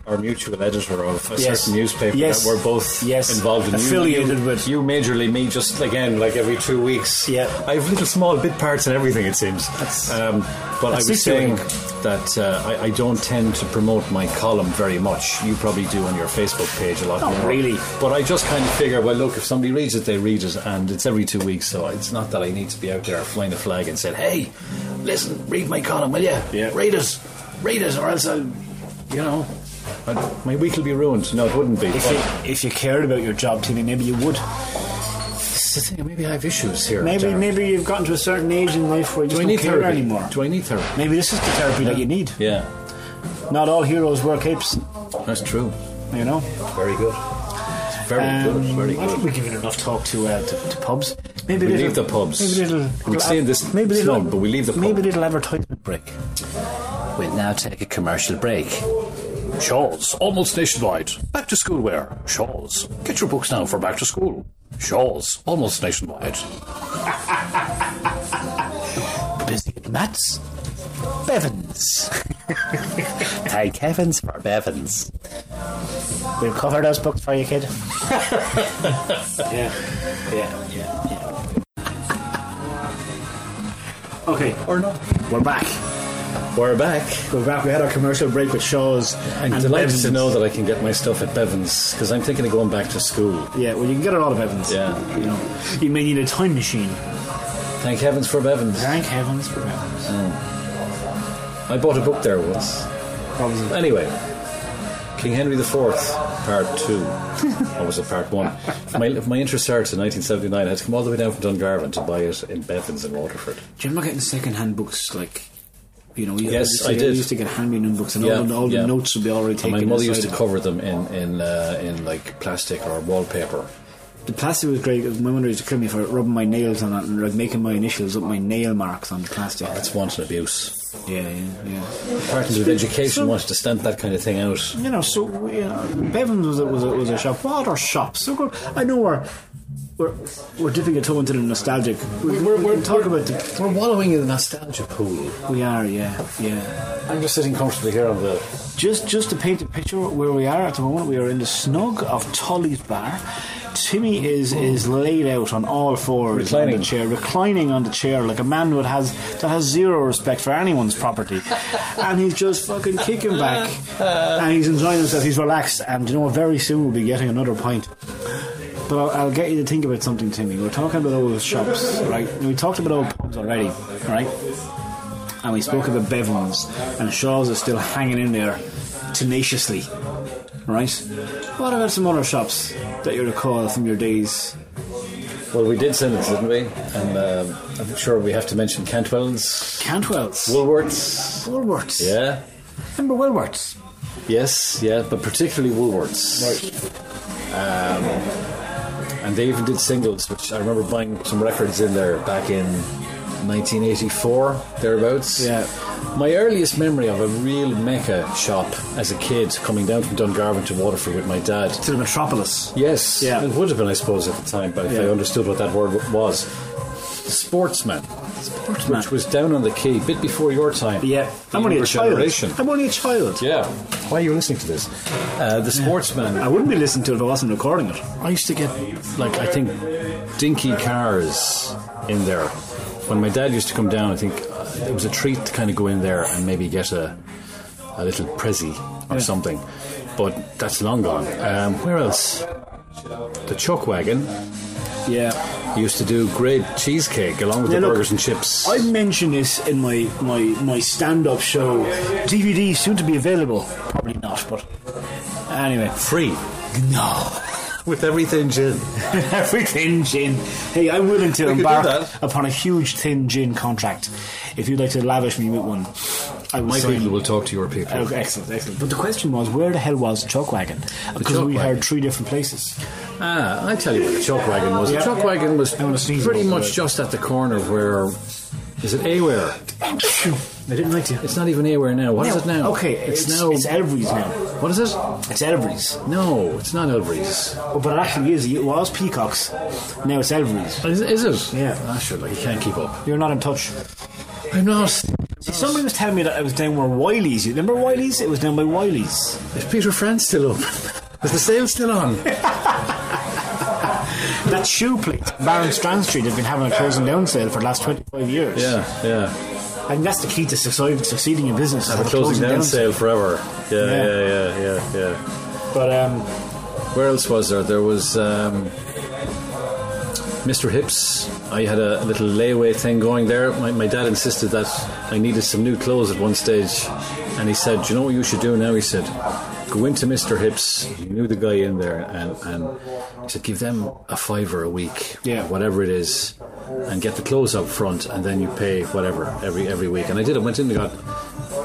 [SPEAKER 4] our mutual editor of a
[SPEAKER 3] Yes.
[SPEAKER 4] certain newspaper
[SPEAKER 3] Yes.
[SPEAKER 4] that we're both
[SPEAKER 3] Yes.
[SPEAKER 4] involved in. You-
[SPEAKER 3] Affiliated
[SPEAKER 4] you,
[SPEAKER 3] with.
[SPEAKER 4] You majorly, me just again, like every two weeks.
[SPEAKER 3] Yeah.
[SPEAKER 4] I have little small bit parts in everything, it seems.
[SPEAKER 3] That's-
[SPEAKER 4] um, but
[SPEAKER 3] that's
[SPEAKER 4] I was
[SPEAKER 3] it, I
[SPEAKER 4] saying
[SPEAKER 3] think.
[SPEAKER 4] that uh, I, I don't tend to promote my column very much. You probably do on your Facebook page a lot
[SPEAKER 3] Not
[SPEAKER 4] more.
[SPEAKER 3] really.
[SPEAKER 4] But I just kind of figure, well, look, if somebody reads it, they read it, and it's every two weeks, so it's not that I need to be out there flying the flag and said, hey, listen, read my column, will you?
[SPEAKER 3] Yeah.
[SPEAKER 4] Read it, read it, or else
[SPEAKER 3] uh,
[SPEAKER 4] I'll, you know, i my week will be ruined. No, it wouldn't be.
[SPEAKER 3] If you, if you cared about your job, Timmy, maybe you would.
[SPEAKER 4] That's the thing, maybe I have issues here.
[SPEAKER 3] Maybe
[SPEAKER 4] Darren.
[SPEAKER 3] maybe you've gotten to a certain age in life where you
[SPEAKER 4] Do I
[SPEAKER 3] just
[SPEAKER 4] need
[SPEAKER 3] don't care
[SPEAKER 4] therapy
[SPEAKER 3] anymore.
[SPEAKER 4] Do I need therapy?
[SPEAKER 3] Maybe this is the therapy that you need.
[SPEAKER 4] Yeah,
[SPEAKER 3] Not all heroes wear capes,
[SPEAKER 4] that's true.
[SPEAKER 3] you know.
[SPEAKER 4] Very good. It's very
[SPEAKER 3] Um,
[SPEAKER 4] good, very
[SPEAKER 3] I think
[SPEAKER 4] good.
[SPEAKER 3] we've given enough talk to, uh, to, to pubs. Maybe
[SPEAKER 4] We
[SPEAKER 3] little-
[SPEAKER 4] leave the pubs.
[SPEAKER 3] Maybe little,
[SPEAKER 4] We'd stay in this
[SPEAKER 3] maybe little-
[SPEAKER 4] slum, but we leave the pub.
[SPEAKER 3] Maybe little advertisement break.
[SPEAKER 4] We'll now take a commercial break.
[SPEAKER 6] Shaw's, almost nationwide. Back to school wear. Shaw's. Get your books now for back to school. Shaw's, almost nationwide.
[SPEAKER 7] busy at Matt's. Bevins. Thank heavens for Bevins.
[SPEAKER 3] We'll cover those books for you, kid. yeah, yeah, yeah, yeah. Okay,
[SPEAKER 4] Or not.
[SPEAKER 3] we're back.
[SPEAKER 4] We're back.
[SPEAKER 3] We're back. We had our commercial break with Shaw's.
[SPEAKER 4] I'm
[SPEAKER 3] and
[SPEAKER 4] delighted to
[SPEAKER 3] Bevins.
[SPEAKER 4] know that I can get my stuff at Bevins because I'm thinking of going back to school.
[SPEAKER 3] Yeah, well, you can get a lot of Evans.
[SPEAKER 4] Yeah.
[SPEAKER 3] you know, you may need a time machine.
[SPEAKER 4] Thank heavens for Bevins.
[SPEAKER 3] Thank heavens for Evans.
[SPEAKER 4] I bought a book there once. Anyway, King Henry IV, Part 2. or was it Part 1? If my, if my interest starts in 1979, I had to come all the way down from Dungarvan to buy it in Bevins in Waterford.
[SPEAKER 3] Do you remember getting second-hand books like? You know, you
[SPEAKER 4] Yes,
[SPEAKER 3] used
[SPEAKER 4] I
[SPEAKER 3] to,
[SPEAKER 4] did.
[SPEAKER 3] used to get hand-me-down books, and
[SPEAKER 4] Yeah,
[SPEAKER 3] all, the, all
[SPEAKER 4] yeah.
[SPEAKER 3] the notes would be already taken.
[SPEAKER 4] And my mother used to
[SPEAKER 3] inside.
[SPEAKER 4] cover them in, in, uh, in like plastic or wallpaper.
[SPEAKER 3] The plastic was great. My mother used to kill me for rubbing my nails on it and like making my initials up my nail marks on the plastic.
[SPEAKER 4] That's wanton abuse.
[SPEAKER 3] yeah, yeah, yeah.
[SPEAKER 4] Department of Education wanted to stamp that kind of thing out.
[SPEAKER 3] You know, so you know, Bevan's was a, was a, was a shop. What are shops? So good. I know we're we're we're dipping a toe into the nostalgic. We, we're, we can talk about the.
[SPEAKER 4] We're wallowing in the nostalgia pool.
[SPEAKER 3] We are, yeah, yeah.
[SPEAKER 4] I'm just sitting comfortably here on the
[SPEAKER 3] Just just to paint a picture where we are at the moment, we are in the snug of Tully's bar. Timmy is is laid out on all fours on
[SPEAKER 4] Reclining.
[SPEAKER 3] the chair, reclining on the chair like a man that has that has zero respect for anyone's property, and he's just fucking kicking back, and he's enjoying himself. He's relaxed, and you know very soon we'll be getting another pint. But I'll, I'll get you to think about something, Timmy. We're talking about old shops, right? And we talked about old pubs already, right? And we spoke about Bevins, and Shaw's is still hanging in there tenaciously, right? What about some other shops that you recall from your days?
[SPEAKER 4] Well, we did send it, didn't we? And um, I'm sure we have to mention Cantwell's,
[SPEAKER 3] Cantwell's,
[SPEAKER 4] Woolworths.
[SPEAKER 3] Woolworths.
[SPEAKER 4] Yeah.
[SPEAKER 3] Remember Woolworths?
[SPEAKER 4] Yes, yeah, but particularly Woolworths. Um, and they even did singles, which I remember buying some records in there back in 1984, thereabouts.
[SPEAKER 3] Yeah.
[SPEAKER 4] My earliest memory of a real mecca shop as a kid coming down from Dungarvan to Waterford with my dad.
[SPEAKER 3] To the Metropolis.
[SPEAKER 4] Yes,
[SPEAKER 3] Yeah.
[SPEAKER 4] it would have been, I suppose, at the time, but if I
[SPEAKER 3] Yeah.
[SPEAKER 4] understood what that word w- was. Sportsman,
[SPEAKER 3] Sportsman.
[SPEAKER 4] which was down on the quay, bit before your time.
[SPEAKER 3] Yeah,
[SPEAKER 4] The
[SPEAKER 3] I'm only a
[SPEAKER 4] younger
[SPEAKER 3] child.
[SPEAKER 4] generation.
[SPEAKER 3] I'm only a child.
[SPEAKER 4] Yeah. Why are you listening to this? Uh, the Sportsman.
[SPEAKER 3] I wouldn't be listening to it if I wasn't recording it.
[SPEAKER 4] I used to get, like, I think, dinky cars in there. When my dad used to come down, I think uh, it was a treat to kind of go in there and maybe get a, a little prezi or something. But that's long gone. Um, where else? The Chuck Wagon
[SPEAKER 3] Yeah.
[SPEAKER 4] used to do great cheesecake along with
[SPEAKER 3] Yeah,
[SPEAKER 4] the
[SPEAKER 3] look,
[SPEAKER 4] burgers and chips.
[SPEAKER 3] I mentioned this in my, my, my stand up show. DVD soon to be available. Probably not, but. Anyway.
[SPEAKER 4] Free.
[SPEAKER 3] No.
[SPEAKER 4] With everything gin.
[SPEAKER 3] Every thin gin. Hey, I'm willing to
[SPEAKER 4] We could do
[SPEAKER 3] embark
[SPEAKER 4] that.
[SPEAKER 3] upon a huge thin gin contract. If you'd like to lavish me with one, I will
[SPEAKER 4] My
[SPEAKER 3] sign.
[SPEAKER 4] people will talk to your people.
[SPEAKER 3] Okay, excellent, excellent. But the question was, where the hell was the chalk wagon? Because
[SPEAKER 4] Chalk
[SPEAKER 3] we
[SPEAKER 4] Wagon.
[SPEAKER 3] heard three different places.
[SPEAKER 4] Ah, I tell you what the chalk wagon was.
[SPEAKER 3] Yeah.
[SPEAKER 4] The chalk wagon was
[SPEAKER 3] I wanna sneeze
[SPEAKER 4] pretty
[SPEAKER 3] also,
[SPEAKER 4] much
[SPEAKER 3] right.
[SPEAKER 4] just at the corner where is it Aware?
[SPEAKER 3] I didn't like to.
[SPEAKER 4] It's not even Aware now. What is it now?
[SPEAKER 3] Okay,
[SPEAKER 4] it's,
[SPEAKER 3] it's,
[SPEAKER 4] now.
[SPEAKER 3] it's Elvery's now.
[SPEAKER 4] what is it?
[SPEAKER 3] It's Elvery's.
[SPEAKER 4] No, it's not Elvery's.
[SPEAKER 3] Oh, but it actually is. It was Peacock's. Now it's Elvery's.
[SPEAKER 4] Is, is it?
[SPEAKER 3] Yeah.
[SPEAKER 4] Ah, sure. Like you can't keep up.
[SPEAKER 3] You're not in touch.
[SPEAKER 4] I'm not.
[SPEAKER 3] See, somebody was telling me that I was down where Wiley's. You remember Wiley's? It was down by Wiley's.
[SPEAKER 4] Is Peter France still up? Is the sale still on?
[SPEAKER 3] That shoe place, Baron Strand Street, have been having a closing down sale for the last 25 years.
[SPEAKER 4] yeah, yeah.
[SPEAKER 3] And that's the key to succeed, succeeding in business. is
[SPEAKER 4] Have a
[SPEAKER 3] have
[SPEAKER 4] closing, down, sale forever. Yeah,
[SPEAKER 3] Yeah.
[SPEAKER 4] yeah, yeah, yeah, yeah.
[SPEAKER 3] But, um,
[SPEAKER 4] Where else was there? There was um, Mr. Hips. I had a little layaway thing going there. My, my dad insisted that I needed some new clothes at one stage, and he said, "Do you know what you should do now?" He said, "Go into Mr. Hips." He knew the guy in there, and, and he said, "Give them a fiver a week,
[SPEAKER 3] Yeah.
[SPEAKER 4] whatever it is, and get the clothes up front, and then you pay whatever every every week." And I did. I went in and got.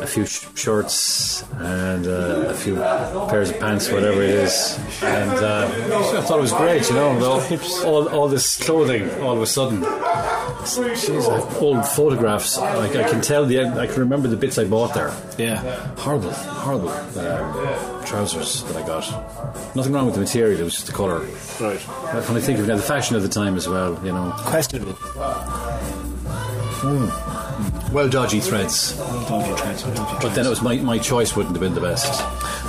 [SPEAKER 4] A few sh- shorts and uh, a few pairs of pants, whatever it is, and uh, I thought it was great, you know. with All, all, all this clothing, all of a sudden. Jeez, I have old photographs. Like I can tell the, I can remember the bits I bought there.
[SPEAKER 3] yeah.
[SPEAKER 4] Horrible, horrible uh, trousers that I got. Nothing wrong with the material; it was just the color.
[SPEAKER 3] Right.
[SPEAKER 4] But when I think of it now, the fashion of the time as well, you know.
[SPEAKER 3] Questionable.
[SPEAKER 4] Well, dodgy threads.
[SPEAKER 3] Don't you try to- don't you try
[SPEAKER 4] But then it was my, my choice wouldn't have been the best.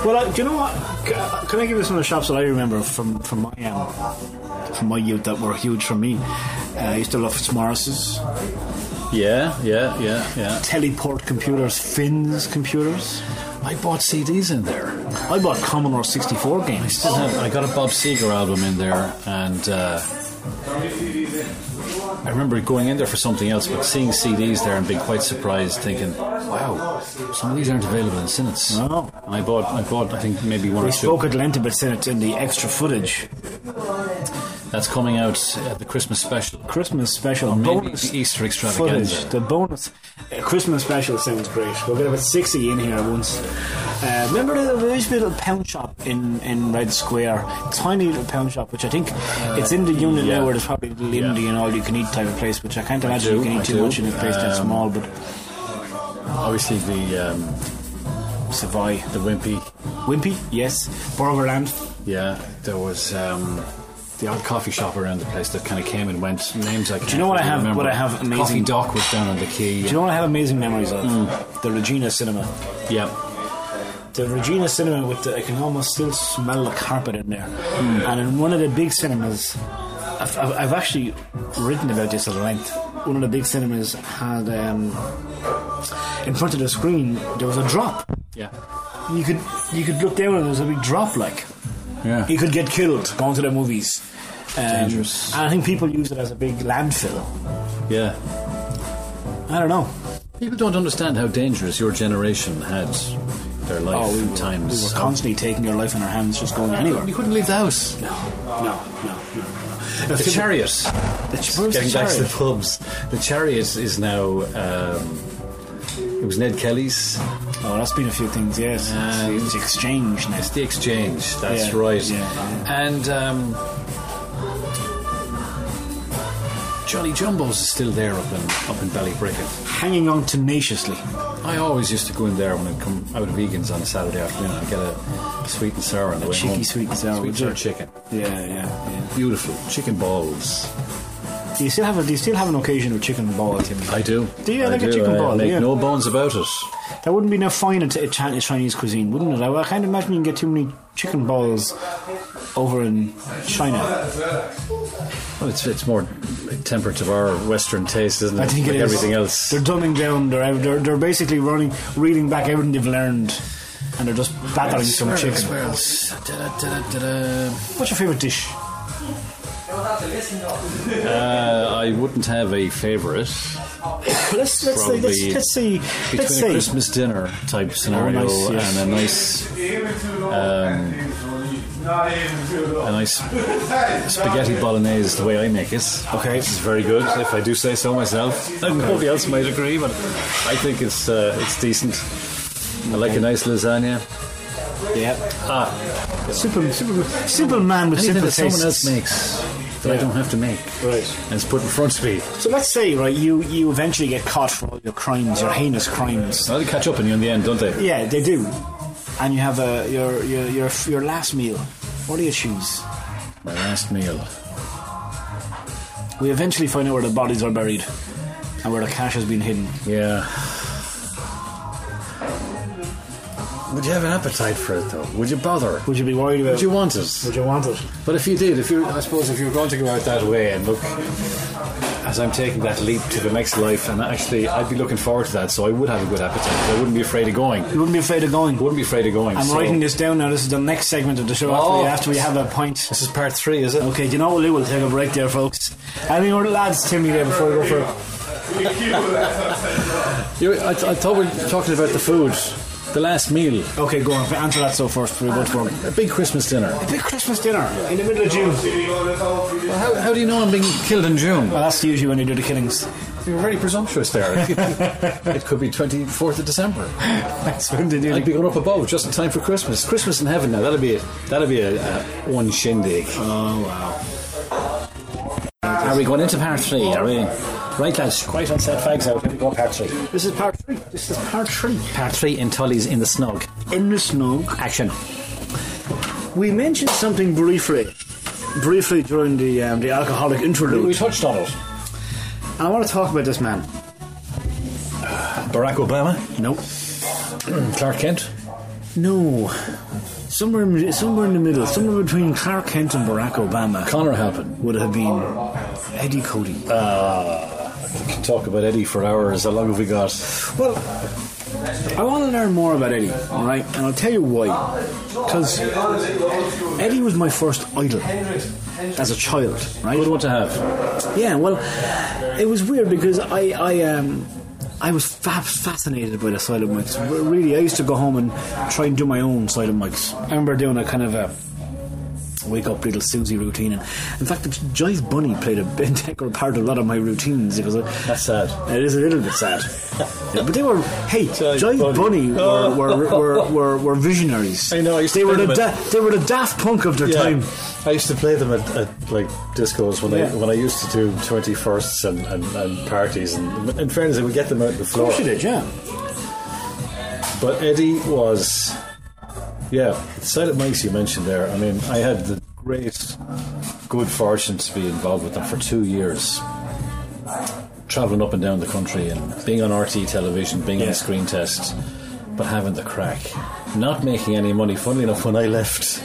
[SPEAKER 3] Well, uh, do you know what? C- uh, Can I give you some of the shops that I remember from from my um, from my youth that were huge for me? Uh, I used to love Fitzmaurice's,
[SPEAKER 4] Yeah, yeah, yeah, yeah.
[SPEAKER 3] Teleport Computers, Finn's Computers.
[SPEAKER 4] I bought CDs in there.
[SPEAKER 3] I bought Commodore 64 games.
[SPEAKER 4] still have- I got a Bob Seger album in there, and uh, I remember going in there for something else, but seeing CDs there and being quite surprised, thinking, "Wow, some of these aren't available in Synods."
[SPEAKER 3] No.
[SPEAKER 4] And I bought, I bought, I think maybe one
[SPEAKER 3] We
[SPEAKER 4] or two.
[SPEAKER 3] spoke at length about it in the extra footage.
[SPEAKER 4] That's coming out at the Christmas special.
[SPEAKER 3] Christmas special.
[SPEAKER 4] Maybe
[SPEAKER 3] bonus
[SPEAKER 4] the Easter extravaganza.
[SPEAKER 3] Footage. The bonus uh, Christmas special sounds great. We'll get about 60 in here once. Uh, remember the there used to be a little pound shop in, in Red Square? Tiny little pound shop, which I think it's in the unit
[SPEAKER 4] Uh, yeah.
[SPEAKER 3] now where there's probably a little
[SPEAKER 4] Yeah.
[SPEAKER 3] Indian all you can eat type of place, which I can't imagine
[SPEAKER 4] do,
[SPEAKER 3] you can
[SPEAKER 4] I
[SPEAKER 3] eat too
[SPEAKER 4] do.
[SPEAKER 3] much in a place that
[SPEAKER 4] Um,
[SPEAKER 3] small, but
[SPEAKER 4] Obviously, the um,
[SPEAKER 3] Savoy.
[SPEAKER 4] the Wimpy.
[SPEAKER 3] Wimpy? Yes. Burgerland?
[SPEAKER 4] Yeah, there was. Um, the odd coffee shop around the place that kind of came and went. Names I can't
[SPEAKER 3] you know what I
[SPEAKER 4] really
[SPEAKER 3] have-
[SPEAKER 4] Remember.
[SPEAKER 3] what I have amazing-
[SPEAKER 4] Coffee Dock was down on the quay.
[SPEAKER 3] Do you know what I have amazing memories of?
[SPEAKER 4] Hmm.
[SPEAKER 3] The Regina Cinema.
[SPEAKER 4] yeah.
[SPEAKER 3] the Regina Cinema with the, I can almost still smell the carpet in there.
[SPEAKER 4] Hmm.
[SPEAKER 3] And in one of the big cinemas, I've, I've, I've actually written about this at length. One of the big cinemas had um, in front of the screen there was a drop.
[SPEAKER 4] Yeah.
[SPEAKER 3] You could you could look down and there was a big drop like.
[SPEAKER 4] Yeah.
[SPEAKER 3] You could get killed going to the movies. Dangerous. And I think people use it as a big landfill.
[SPEAKER 4] Yeah.
[SPEAKER 3] I don't know.
[SPEAKER 4] People don't understand how dangerous your generation had their life times.
[SPEAKER 3] We were constantly taking your life in our hands, just going anywhere.
[SPEAKER 4] You couldn't leave the house.
[SPEAKER 3] No, no, no, no.
[SPEAKER 4] The chariot. The
[SPEAKER 3] where's the
[SPEAKER 4] Getting back to the
[SPEAKER 3] chariot?
[SPEAKER 4] pubs. The chariot is now. Um, it was Ned Kelly's.
[SPEAKER 3] Oh, that's been a few things, yes.
[SPEAKER 4] Um,
[SPEAKER 3] it's exchange now.
[SPEAKER 4] It's the exchange. That's
[SPEAKER 3] Yeah,
[SPEAKER 4] right.
[SPEAKER 3] yeah.
[SPEAKER 4] And um, Johnny Jumbo's is still there up in up in Ballybricket.
[SPEAKER 3] Hanging on tenaciously.
[SPEAKER 4] I always used to go in there when I come out of Egan's on a Saturday afternoon and get a sweet and sour on the way
[SPEAKER 3] cheeky
[SPEAKER 4] home.
[SPEAKER 3] sweet and sour,
[SPEAKER 4] sweet
[SPEAKER 3] would
[SPEAKER 4] and sour
[SPEAKER 3] you?
[SPEAKER 4] chicken.
[SPEAKER 3] Yeah, yeah, yeah.
[SPEAKER 4] Beautiful chicken balls.
[SPEAKER 3] Do you still have a, do you still have an occasion with chicken ball, Tim?
[SPEAKER 4] I do.
[SPEAKER 3] Do you
[SPEAKER 4] I
[SPEAKER 3] like a
[SPEAKER 4] do.
[SPEAKER 3] chicken
[SPEAKER 4] I
[SPEAKER 3] ball,
[SPEAKER 4] Make
[SPEAKER 3] yeah?
[SPEAKER 4] no bones about it.
[SPEAKER 3] That wouldn't be enough fine into Ital- Chinese cuisine, wouldn't it? I, I can't imagine you can get too many chicken balls over in China.
[SPEAKER 4] Well, it's it's more temperate of our Western taste, isn't it?
[SPEAKER 3] I think
[SPEAKER 4] like
[SPEAKER 3] it is.
[SPEAKER 4] everything else.
[SPEAKER 3] They're dumbing down. They're out, they're, they're basically running, reeling back everything they've learned, and they're just battering some chicken. What's your favorite dish?
[SPEAKER 4] Uh, I wouldn't have a favourite.
[SPEAKER 3] let's let's see.
[SPEAKER 4] Probably
[SPEAKER 3] Let's, let's see.
[SPEAKER 4] Between
[SPEAKER 3] Let's
[SPEAKER 4] a
[SPEAKER 3] see. Oh,
[SPEAKER 4] Christmas dinner type scenario
[SPEAKER 3] nice, yes.
[SPEAKER 4] and a nice, um, a nice spaghetti bolognese, the way I make it.
[SPEAKER 3] Okay.
[SPEAKER 4] it's very good. If I do say so myself, nobody else might agree, but I think it's uh, it's decent. I like a nice lasagna.
[SPEAKER 3] Yeah. Simple, simple, simple man with
[SPEAKER 4] Ah. Anything
[SPEAKER 3] simple
[SPEAKER 4] that someone
[SPEAKER 3] tastes.
[SPEAKER 4] else makes that I
[SPEAKER 3] Yeah.
[SPEAKER 4] don't have to make,
[SPEAKER 3] Right.
[SPEAKER 4] and it's put in front of me.
[SPEAKER 3] So let's say, right, you you eventually get caught for all your crimes, your heinous crimes.
[SPEAKER 4] Well, they catch up on you in the end, don't they?
[SPEAKER 3] Yeah, they do. And you have a your your your, your last meal. What do you choose?
[SPEAKER 4] My last meal.
[SPEAKER 3] We eventually find out where the bodies are buried and where the cash has been hidden.
[SPEAKER 4] Yeah. Would you have an appetite for it though? Would you bother?
[SPEAKER 3] Would you be worried about?
[SPEAKER 4] Would you want it?
[SPEAKER 3] Would you want it?
[SPEAKER 4] But if you did, if you, I suppose, if you were going to go out that way and look, as I'm taking that leap to the next life, and actually, I'd be looking forward to that, so I would have a good appetite. I wouldn't be afraid of going.
[SPEAKER 3] You wouldn't be afraid of going.
[SPEAKER 4] Wouldn't be afraid of going.
[SPEAKER 3] I'm
[SPEAKER 4] so-
[SPEAKER 3] writing this down now. This is the next segment of the show after,
[SPEAKER 4] Oh.
[SPEAKER 3] we, after we have a point.
[SPEAKER 4] This is part three, is it?
[SPEAKER 3] Okay, do you know what? Lou? We'll take a break there, folks. Any more lads, Timmy, there before we go for.
[SPEAKER 4] You, I, I thought we were talking about the food, the last meal,
[SPEAKER 3] Okay, go on. Answer that so first. before We go for
[SPEAKER 4] a big Christmas dinner.
[SPEAKER 3] big Christmas dinner in the middle of June.
[SPEAKER 4] Well, how, how do you know I'm being killed in June?
[SPEAKER 3] Well, that's usually when they do the killings.
[SPEAKER 4] You're very presumptuous there. it could be 24th of December.
[SPEAKER 3] That's when they do.
[SPEAKER 4] I'd
[SPEAKER 3] The,
[SPEAKER 4] be going up above just in time for Christmas. Christmas in heaven now. That'll be that'll be a, a one shindig. Oh wow! Are we going into part three? Are we? Right, lads. Quite on set fags out. Here we go, part three.
[SPEAKER 3] this is part three. This is part three.
[SPEAKER 4] Part three in Tully's in the snug.
[SPEAKER 3] In the snow,
[SPEAKER 4] Action.
[SPEAKER 3] we mentioned something briefly, briefly during the um, the alcoholic
[SPEAKER 4] We
[SPEAKER 3] interlude.
[SPEAKER 4] touched on it.
[SPEAKER 3] And I want to talk about this man.
[SPEAKER 4] Barack Obama,
[SPEAKER 3] No,
[SPEAKER 4] Clark Kent.
[SPEAKER 3] no, somewhere in, somewhere in the middle, somewhere between Clark Kent and Barack Obama,
[SPEAKER 4] Connor Halpin.
[SPEAKER 3] would have been Eddie Cody.
[SPEAKER 4] We Ah, can talk about Eddie for hours. How long have we got?
[SPEAKER 3] Well, I want to learn more about Eddie, all right? And I'll tell you why. Because Eddie was my first idol as a child, right?
[SPEAKER 4] Good one to have.
[SPEAKER 3] Yeah, well, it was weird because I, I, um, I was fa- fascinated by the silent mics. R- Really, I used to go home and try and do my own silent mics. I remember doing a kind of a wake up little Susie routine. And in fact, the Jive Bunny played a integral part of a lot of my routines. It was a,
[SPEAKER 4] That's sad.
[SPEAKER 3] it is a little bit sad. Yeah, but they were, hey,
[SPEAKER 4] Giant
[SPEAKER 3] Giant
[SPEAKER 4] Bunny.
[SPEAKER 3] Bunny were, were, were, were, were visionaries.
[SPEAKER 4] Oh. I know, I used to
[SPEAKER 3] they were
[SPEAKER 4] think
[SPEAKER 3] the
[SPEAKER 4] of
[SPEAKER 3] da-
[SPEAKER 4] it.
[SPEAKER 3] they were the Daft Punk of their
[SPEAKER 4] Yeah.
[SPEAKER 3] time.
[SPEAKER 4] I used to play them at, at like discos when
[SPEAKER 3] Yeah.
[SPEAKER 4] I when I used to do twenty firsts and, and, and parties and in fairness I would get them out on the floor.
[SPEAKER 3] did, yeah.
[SPEAKER 4] But Eddie was yeah, the silent mics you mentioned there, I mean I had the great good fortune to be involved with them for two years. Travelling up and down the country and being on RT television, being on
[SPEAKER 3] Yeah.
[SPEAKER 4] on screen test, but having the crack. Not making any money. Funnily enough, when I left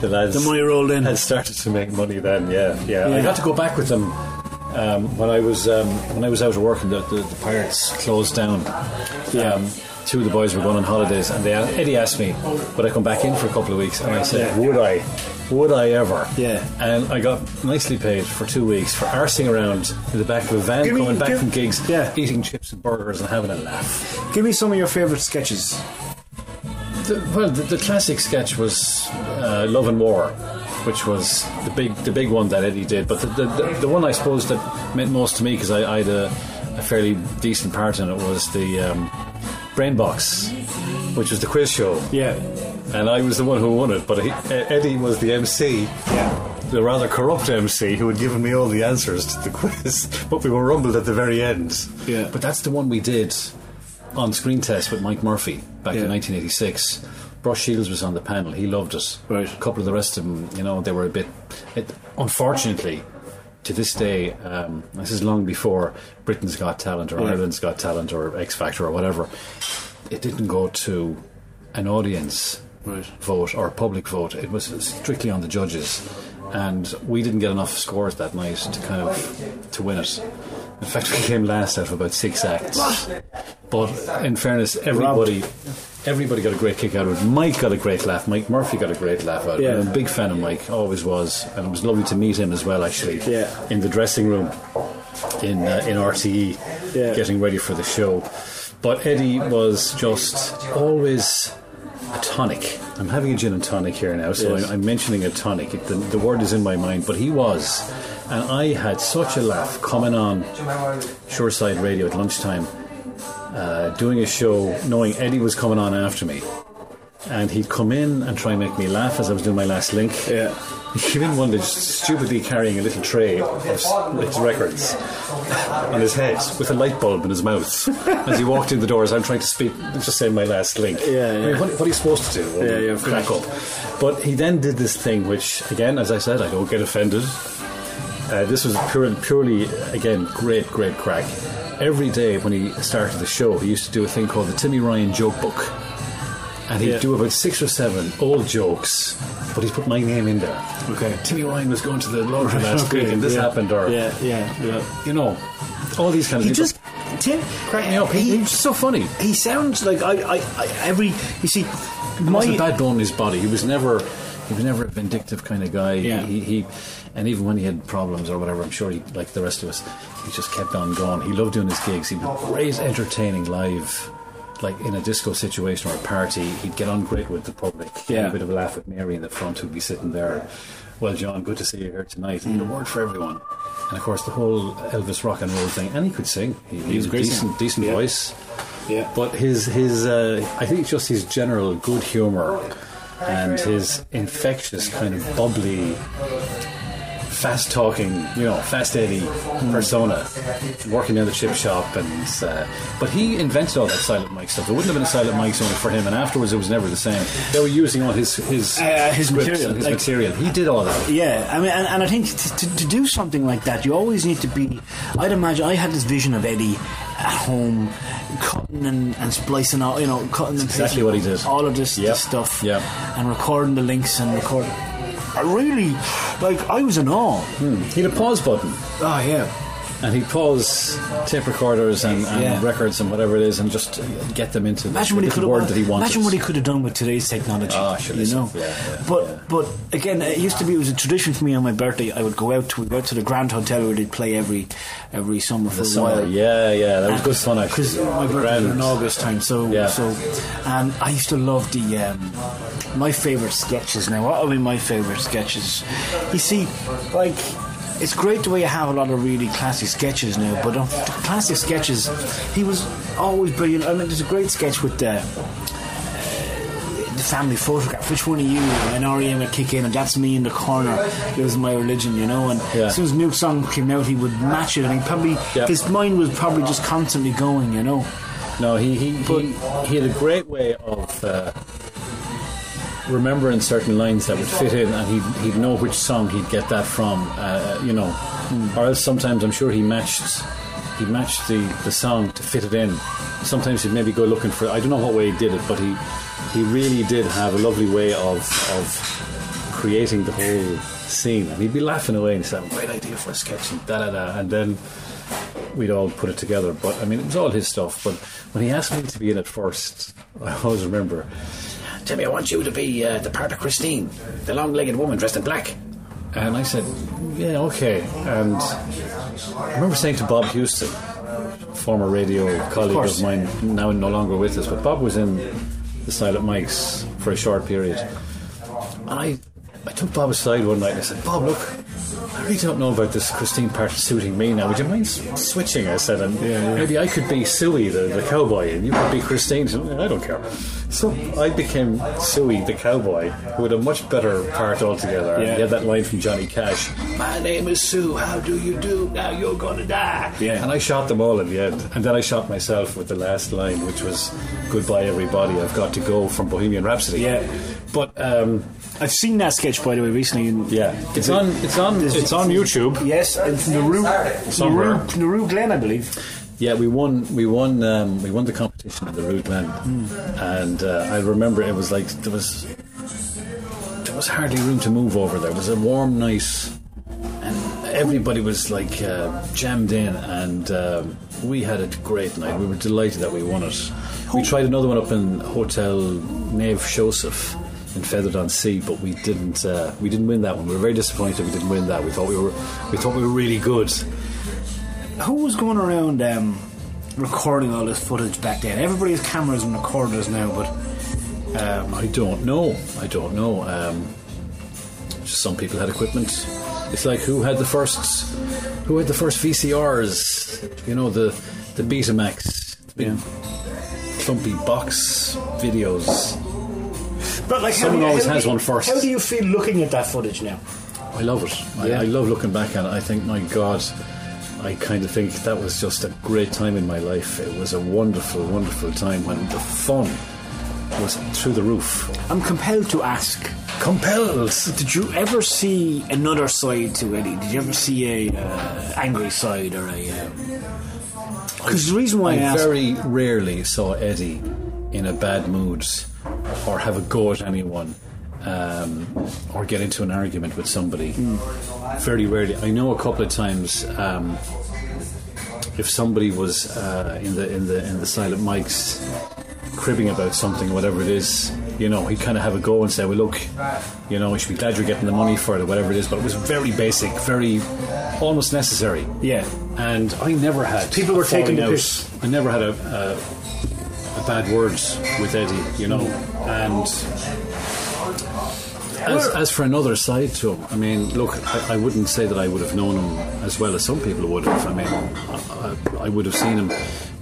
[SPEAKER 4] the lads
[SPEAKER 3] The money rolled in.
[SPEAKER 4] had started to make money then. Yeah, yeah.
[SPEAKER 3] Yeah.
[SPEAKER 4] I got to go back with them um, when I was um, when I was out of work and the, the, the pirates closed down.
[SPEAKER 3] Yeah.
[SPEAKER 4] Um, two of the boys were going on holidays, and they, Eddie asked me, "Would I come back in for a couple of weeks?" And I said, "Would I?" would I ever?
[SPEAKER 3] Yeah.
[SPEAKER 4] And I got nicely paid for two weeks for arsing around in the back of a van,
[SPEAKER 3] Give me-
[SPEAKER 4] coming back
[SPEAKER 3] give-
[SPEAKER 4] from gigs,
[SPEAKER 3] yeah.
[SPEAKER 4] eating chips and burgers and having a laugh.
[SPEAKER 3] Give me some of your favourite sketches.
[SPEAKER 4] The, well, the, the classic sketch was uh, Love and War, which was the big the big one that Eddie did. But the, the, the, the one I suppose that meant most to me because I, I had a, a fairly decent part in it was the um, Brain Box, which was the quiz show.
[SPEAKER 3] Yeah.
[SPEAKER 4] And I was the one who won it, but he, E- Eddie was the MC.
[SPEAKER 3] Yeah.
[SPEAKER 4] The rather corrupt MC who had given me all the answers to the quiz, but we were rumbled at the very end.
[SPEAKER 3] Yeah.
[SPEAKER 4] But that's the one we did on screen test with Mike Murphy back
[SPEAKER 3] Yeah.
[SPEAKER 4] in 1986. Brush Shields was on the panel. He loved us.
[SPEAKER 3] Right.
[SPEAKER 4] A couple of the rest of them, you know, they were a bit. It, unfortunately, to this day, um, this is long before Britain's Got Talent or Ireland's Got Talent or X Factor or whatever. It didn't go to an audience
[SPEAKER 3] Right.
[SPEAKER 4] vote or a public vote. It was strictly on the judges, and we didn't get enough scores that night to kind of to win it. In fact, we came last out of about six acts. But in fairness, everybody, everybody got a great kick out of it. Mike got a great laugh. Mike Murphy got a great laugh out of
[SPEAKER 3] Yeah.
[SPEAKER 4] it. I'm a big fan of Mike, always was, and it was lovely to meet him as well. Actually,
[SPEAKER 3] Yeah.
[SPEAKER 4] in the dressing room in uh, in RTE,
[SPEAKER 3] Yeah.
[SPEAKER 4] getting ready for the show. But Eddie was just always a tonic. I'm having a gin and tonic here now, so
[SPEAKER 3] Yes.
[SPEAKER 4] I, I'm mentioning a tonic. It, the, the word is in my mind, but he was, and I had such a laugh coming on Shoreside Radio at lunchtime, uh, doing a show, knowing Eddie was coming on after me. And he'd come in and try and make me laugh as I was doing my last link.
[SPEAKER 3] Yeah.
[SPEAKER 4] He came in one day just stupidly carrying a little tray of s- with records on his head with a light bulb in his mouth as he walked in the doors. I'm trying to speak, just saying my last link.
[SPEAKER 3] Yeah,
[SPEAKER 4] I mean,
[SPEAKER 3] yeah.
[SPEAKER 4] what, what are you supposed to do?
[SPEAKER 3] Yeah, yeah, of
[SPEAKER 4] crack up. But he then did this thing, which, again, as I said, I don't get offended. Uh, this was pure, purely, again, great, great crack. Every day when he started the show, he used to do a thing called the Timmy Ryan Joke Book. And he'd
[SPEAKER 3] Yeah.
[SPEAKER 4] do about six or seven old jokes, but he'd put my name in there.
[SPEAKER 3] Okay.
[SPEAKER 4] Timmy Ryan was going to the laundry last
[SPEAKER 3] Okay,
[SPEAKER 4] week and this
[SPEAKER 3] yeah.
[SPEAKER 4] happened, or,
[SPEAKER 3] Yeah, yeah, yeah.
[SPEAKER 4] you know, all these kind of
[SPEAKER 3] He
[SPEAKER 4] things.
[SPEAKER 3] just. Tim,
[SPEAKER 4] Crack me up. He, was so funny.
[SPEAKER 3] he sounds like I, I, I every you see
[SPEAKER 4] He wasn't a
[SPEAKER 3] my
[SPEAKER 4] bad bone in his body. He was never, he was never a vindictive kind of guy.
[SPEAKER 3] Yeah.
[SPEAKER 4] He, he, and even when he had problems or whatever, I'm sure he, like the rest of us, he just kept on going. He loved doing his gigs. He was great, entertaining live, like in a disco situation or a party. He'd get on great with the public. He'd have
[SPEAKER 3] Yeah.
[SPEAKER 4] a bit of a laugh with Mary in the front, who'd be sitting there. Well, John, good to see you here tonight. And a word for everyone. And of course, the whole Elvis rock and roll thing. And he could sing. He, he
[SPEAKER 3] was
[SPEAKER 4] had a
[SPEAKER 3] great singer.
[SPEAKER 4] decent, decent
[SPEAKER 3] Yeah.
[SPEAKER 4] voice.
[SPEAKER 3] Yeah.
[SPEAKER 4] But his his uh, I think just his general good humor and his infectious kind of bubbly, fast talking, you know, fast Eddie persona, working in the chip shop and uh, but he invented all that silent mic stuff. There wouldn't have been a silent mic zone for him, and afterwards it was never the same. They were using all his his
[SPEAKER 3] Uh, his
[SPEAKER 4] scripts
[SPEAKER 3] material,
[SPEAKER 4] and his
[SPEAKER 3] like-
[SPEAKER 4] material. He did all that.
[SPEAKER 3] yeah I mean and, and I think to, to, to do something like that you always need to be I'd imagine I had this vision of Eddie at home cutting and, and splicing all you know cutting and
[SPEAKER 4] exactly
[SPEAKER 3] pasting
[SPEAKER 4] what he did.
[SPEAKER 3] all of this,
[SPEAKER 4] Yep.
[SPEAKER 3] this stuff
[SPEAKER 4] Yep.
[SPEAKER 3] and recording the links and recording I really like I was in awe
[SPEAKER 4] He had a pause button.
[SPEAKER 3] oh yeah
[SPEAKER 4] And he'd pause tape recorders and, and
[SPEAKER 3] Yeah.
[SPEAKER 4] records and whatever it is and just get them into
[SPEAKER 3] Imagine what
[SPEAKER 4] the
[SPEAKER 3] he could
[SPEAKER 4] little word
[SPEAKER 3] have.
[SPEAKER 4] that he wanted.
[SPEAKER 3] imagine what he could have done with today's technology.
[SPEAKER 4] Ah, sure,
[SPEAKER 3] you
[SPEAKER 4] listen,
[SPEAKER 3] know.
[SPEAKER 4] yeah, yeah,
[SPEAKER 3] but
[SPEAKER 4] yeah.
[SPEAKER 3] but again, it used to be it was a tradition for me on my birthday. I would go out to we go out to the Grand Hotel where they'd play every every summer for
[SPEAKER 4] the
[SPEAKER 3] a
[SPEAKER 4] summer.
[SPEAKER 3] while.
[SPEAKER 4] Yeah, yeah, that was good fun actually.
[SPEAKER 3] Uh, Because oh, my birthday was in August time, so
[SPEAKER 4] Yeah.
[SPEAKER 3] so, and I used to love the um, my favorite sketches. Now, what are we my favorite sketches? You see, like it's great the way you have a lot of really classic sketches now, but um, classic sketches, he was always brilliant. I mean, there's a great sketch with the. The family photograph. Which one of you? And REM would kick in, and that's me in the corner. It was my religion, you know. And
[SPEAKER 4] Yeah.
[SPEAKER 3] as soon as Nuke's song came out, he would match it, and he probably
[SPEAKER 4] Yeah.
[SPEAKER 3] his mind was probably just constantly going, you know.
[SPEAKER 4] No, he he, he he had a great way of uh, remembering certain lines that would fit in, and he'd, he'd know which song he'd get that from, uh, you know.
[SPEAKER 3] Hmm.
[SPEAKER 4] Or else sometimes I'm sure he matched he matched the, the song to fit it in. Sometimes he'd maybe go looking for. I don't know what way he did it, but he he really did have a lovely way of of creating the whole scene, and he'd be laughing away and saying, "Great idea for a sketch," and da da da, and then we'd all put it together. But I mean, it was all his stuff. But when he asked me to be in it first, I always remember
[SPEAKER 7] Tell me, I want you to be uh, the part of Christine, the long legged woman dressed in black.
[SPEAKER 4] And I said, yeah, okay. And I remember saying to Bob Houston, former radio colleague of,
[SPEAKER 7] course.
[SPEAKER 4] mine, now no longer with us, but Bob was in the Silent Mics for a short period. And I, I took Bob aside one night and I said, Bob, look, I really don't know about this Christine part suiting me now. Would you mind s- switching? I said, and maybe I could be Suey, the, the cowboy, and you could be Christine. She said, "Yeah, I don't care. So I became Suey, the cowboy, who had a much better part altogether. And
[SPEAKER 3] Yeah.
[SPEAKER 4] He had that line from Johnny Cash.
[SPEAKER 7] My name is Sue. How do you do? Now you're gonna die.
[SPEAKER 4] And I shot them all in the end. And then I shot myself with the last line, which was Goodbye, everybody. I've got to go from Bohemian Rhapsody.
[SPEAKER 3] Yeah.
[SPEAKER 4] But, um,
[SPEAKER 3] I've seen that sketch by the way recently. In,
[SPEAKER 4] yeah. It's on, it's on, it's on YouTube.
[SPEAKER 3] Yes, it's Nauru,
[SPEAKER 4] Somewhere.
[SPEAKER 3] Nauru, Nauru Glen, I believe.
[SPEAKER 4] Yeah, we won. We won. Um, we won the competition in the Route Man, and uh, I remember it was like there was there was hardly room to move over there. It was a warm night, and everybody was like uh, jammed in, and um, we had a great night. We were delighted that we won it. We tried another one up in Hotel Nave Joseph. In Feathered on Sea, but we didn't. Uh, we didn't win that one. We were very disappointed. We didn't win that. We thought we were. We thought we were really good.
[SPEAKER 3] Who was going around um, recording all this footage back then? Everybody has cameras and recorders now, but
[SPEAKER 4] I don't know. I don't know. Um, just some people had equipment. It's like who had the first, who had the first VCRs? You know the the Betamax, the big clumpy box videos.
[SPEAKER 3] but like
[SPEAKER 4] Someone
[SPEAKER 3] how do you-
[SPEAKER 4] always
[SPEAKER 3] how
[SPEAKER 4] has
[SPEAKER 3] do you-
[SPEAKER 4] one first.
[SPEAKER 3] How do you feel looking at that footage now?
[SPEAKER 4] I love it. I, I love looking back on it. I think, my God, I kind of think that was just a great time in my life. It was a wonderful, wonderful time when the fun was through the roof.
[SPEAKER 3] I'm compelled to ask:
[SPEAKER 4] Compelled.
[SPEAKER 3] Did you ever see another side to Eddie? Did you ever see a uh, angry side or a? Because the reason why I,
[SPEAKER 4] I
[SPEAKER 3] ask,
[SPEAKER 4] very rarely saw Eddie in a bad mood or have a go at anyone um, or get into an argument with somebody. Very rarely. I know a couple of times um, if somebody was uh, in the in the in the silent mics cribbing about something, whatever it is, you know, he'd kind of have a go and say, "Well, look, you know, you should be glad you're getting the money for it, or whatever it is." But it was very basic, very almost necessary.
[SPEAKER 3] Yeah.
[SPEAKER 4] And I never had
[SPEAKER 3] People were
[SPEAKER 4] a falling
[SPEAKER 3] taking the
[SPEAKER 4] out.
[SPEAKER 3] piss.
[SPEAKER 4] I never had a, a a bad words with Eddie, you know, and as, as for another side to him, I mean, look, I, I wouldn't say that I would have known him as well as some people would have. I mean, I, I, I would have seen him.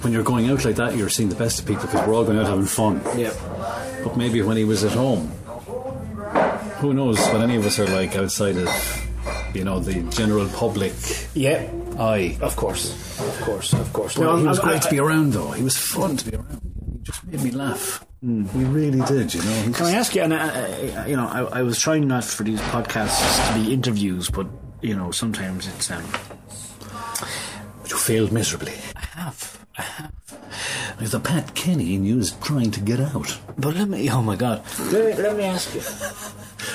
[SPEAKER 4] When you're going out like that, you're seeing the best of people because we're all going out having fun.
[SPEAKER 3] Yeah.
[SPEAKER 4] But maybe when he was at home, who knows what any of us are like outside of, you know, the general public
[SPEAKER 3] yeah,
[SPEAKER 4] eye.
[SPEAKER 3] of course, of course, of course.
[SPEAKER 4] Well, he was
[SPEAKER 3] I-
[SPEAKER 4] great
[SPEAKER 3] I-
[SPEAKER 4] to be around, though. He was fun to be around. He just made me laugh. He really did, you know. He
[SPEAKER 3] Can I ask you? And I, I, you know, I, I was trying not for these podcasts to be interviews, but you know, sometimes it's um,
[SPEAKER 4] You failed miserably. I have. I have. There's a Pat Kenny in you is trying to get out.
[SPEAKER 3] But let me. Oh my God. Let me, let me ask you.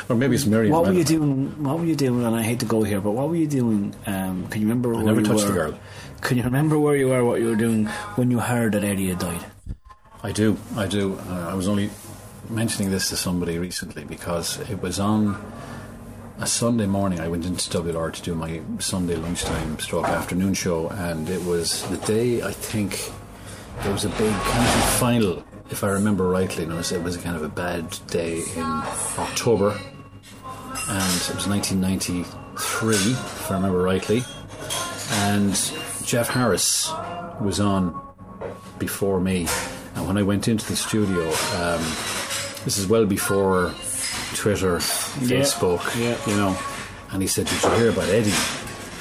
[SPEAKER 4] Or maybe it's Miriam.
[SPEAKER 3] What were you
[SPEAKER 4] Reynolds.
[SPEAKER 3] doing? What were you doing? And I hate to go here, but what were you doing? Um, can you remember? where
[SPEAKER 4] never
[SPEAKER 3] you
[SPEAKER 4] touched
[SPEAKER 3] were?
[SPEAKER 4] a girl.
[SPEAKER 3] Can you remember where you were? What you were doing when you heard that Eddie had died?
[SPEAKER 4] I do. I do. Uh, I was only mentioning this to somebody recently because it was on a Sunday morning. I went into WLR to do my Sunday lunchtime stroke afternoon show, and it was the day I think there was a big county final, if I remember rightly. And it was, it was kind of a bad day in October, and it was 1993, if I remember rightly. And Jeff Harris was on before me. And when I went into the studio, um, this is well before Twitter,
[SPEAKER 3] Yeah,
[SPEAKER 4] Facebook,
[SPEAKER 3] yeah.
[SPEAKER 4] you know. And he said, "Did you hear about Eddie?"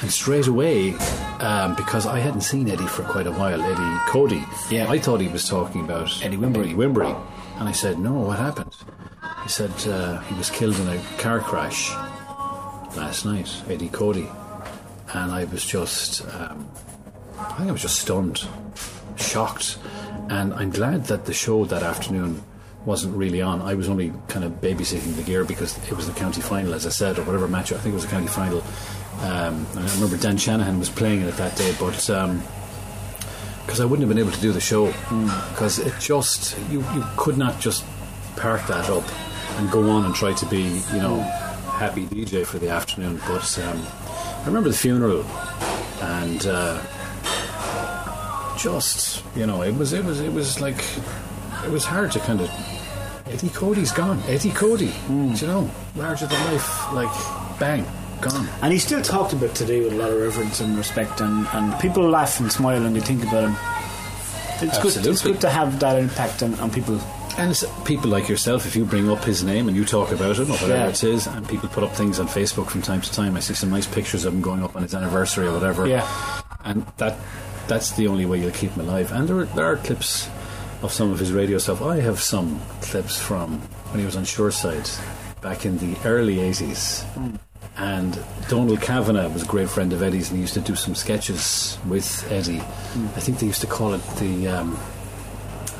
[SPEAKER 4] And straight away, um, because I hadn't seen Eddie for quite a while, Eddie Cody.
[SPEAKER 3] Yeah.
[SPEAKER 4] I thought he was talking about
[SPEAKER 3] Eddie Wimbury.
[SPEAKER 4] Wimbury. And I said, "No, what happened?" He said uh, he was killed in a car crash last night, Eddie Cody. And I was just, um, I think I was just stunned, shocked. And I'm glad that the show that afternoon wasn't really on. I was only kind of babysitting the gear because it was the county final, as I said, or whatever match. I think it was the county final. Um, and I remember Dan Shanahan was playing in it that day, but. Um, because I wouldn't have been able to do the show because it just you you could not just park that up and go on and try to be, you know, happy DJ for the afternoon. But um, I remember the funeral and uh, just, you know, it was, it was, it was like, it was hard to kind of. Eddie Cody's gone. Eddie Cody, do you know, larger than life, like bang, gone.
[SPEAKER 3] And he still talked about today with a lot of reverence and respect, and, and people laugh and smile and they think about him. It's good. It's
[SPEAKER 4] Absolutely.
[SPEAKER 3] good to have that impact on, on people.
[SPEAKER 4] And it's people like yourself, if you bring up his name and you talk about him or whatever
[SPEAKER 3] Yeah.
[SPEAKER 4] it is, and people put up things on Facebook from time to time, I see some nice pictures of him going up on his anniversary or whatever.
[SPEAKER 3] Yeah.
[SPEAKER 4] And that that's the only way you'll keep him alive. And there are, there are clips of some of his radio stuff. I have some clips from when he was on Shoreside back in the early 80s. And Donald Kavanagh was a great friend of Eddie's, and he used to do some sketches with Eddie. I think they used to call it the. Um,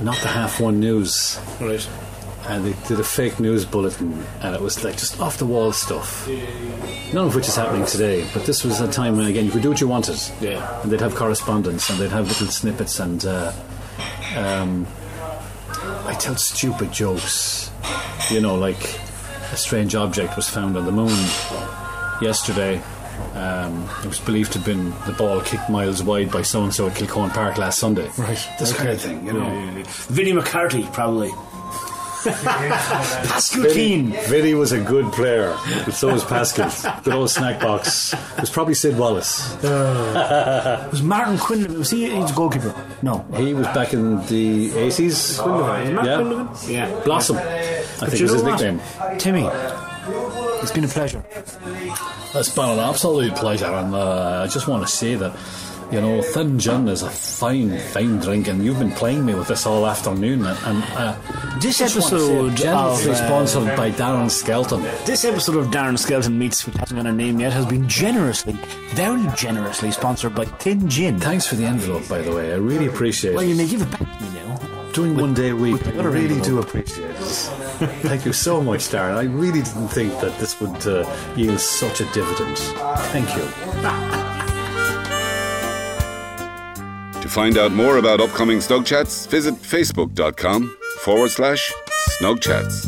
[SPEAKER 4] not the half one news
[SPEAKER 3] Right.
[SPEAKER 4] and they did a fake news bulletin, and it was like just off the wall stuff. None of which is happening today, but this was a time when again you could do what you wanted.
[SPEAKER 3] Yeah.
[SPEAKER 4] And they'd have correspondence, and they'd have little snippets, and uh, um, I tell stupid jokes. You know, like a strange object was found on the moon yesterday. Um, it was believed to have been the ball kicked miles wide by so and so at Kilcone Park last Sunday. Right. This kind of thing, you know.
[SPEAKER 3] Vinnie McCarthy, probably. Pascal Keane.
[SPEAKER 4] Vinny was a good player, but so was Pascal. Good old snack box. It was probably Sid Wallace.
[SPEAKER 3] Was Martin Quinlivan? Was he? He's a goalkeeper. No.
[SPEAKER 4] He was back in the 80s.
[SPEAKER 3] Quinlivan? Yeah.
[SPEAKER 4] Blossom, I
[SPEAKER 3] But
[SPEAKER 4] think
[SPEAKER 3] you
[SPEAKER 4] was his
[SPEAKER 3] know what?
[SPEAKER 4] nickname.
[SPEAKER 3] Timmy, it's been a pleasure.
[SPEAKER 4] It's been an absolute pleasure, and uh, I just want to say that, you know, Thin Gin is a fine, fine drink, and you've been playing me with this all afternoon. And, and uh,
[SPEAKER 3] This
[SPEAKER 4] just want to say
[SPEAKER 3] episode
[SPEAKER 4] generously
[SPEAKER 3] of, uh,
[SPEAKER 4] sponsored by Darren Skelton.
[SPEAKER 3] This episode of Darren Skelton Meets, which hasn't got a name yet, has been generously, very generously sponsored by Tin Gin.
[SPEAKER 4] Thanks for the envelope, by the way. I really appreciate it.
[SPEAKER 3] Well, you may give it back to me now.
[SPEAKER 4] doing one day a week.
[SPEAKER 3] with
[SPEAKER 4] I
[SPEAKER 3] the other
[SPEAKER 4] really
[SPEAKER 3] envelope.
[SPEAKER 4] do appreciate it. Thank you so much, Darren. I really didn't think that this would uh, yield such a dividend. Thank you.
[SPEAKER 2] To find out more about upcoming Snug Chats, visit facebook.com forward slash Snug Chats.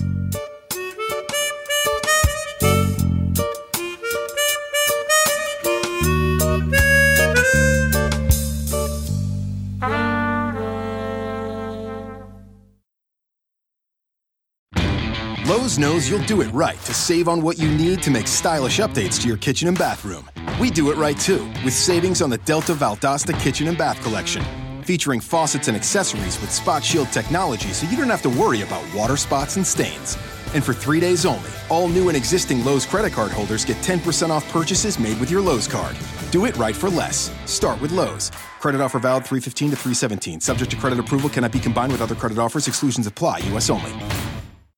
[SPEAKER 8] Lowe's knows you'll do it right to save on what you need to make stylish updates to your kitchen and bathroom. We do it right too, with savings on the Delta Valdosta Kitchen and Bath Collection. Featuring faucets and accessories with Spot Shield technology so you don't have to worry about water spots and stains. And for three days only, all new and existing Lowe's credit card holders get 10% off purchases made with your Lowe's card. Do it right for less. Start with Lowe's. Credit offer valid 315 to 317. Subject to credit approval cannot be combined with other credit offers. Exclusions apply. U.S. only.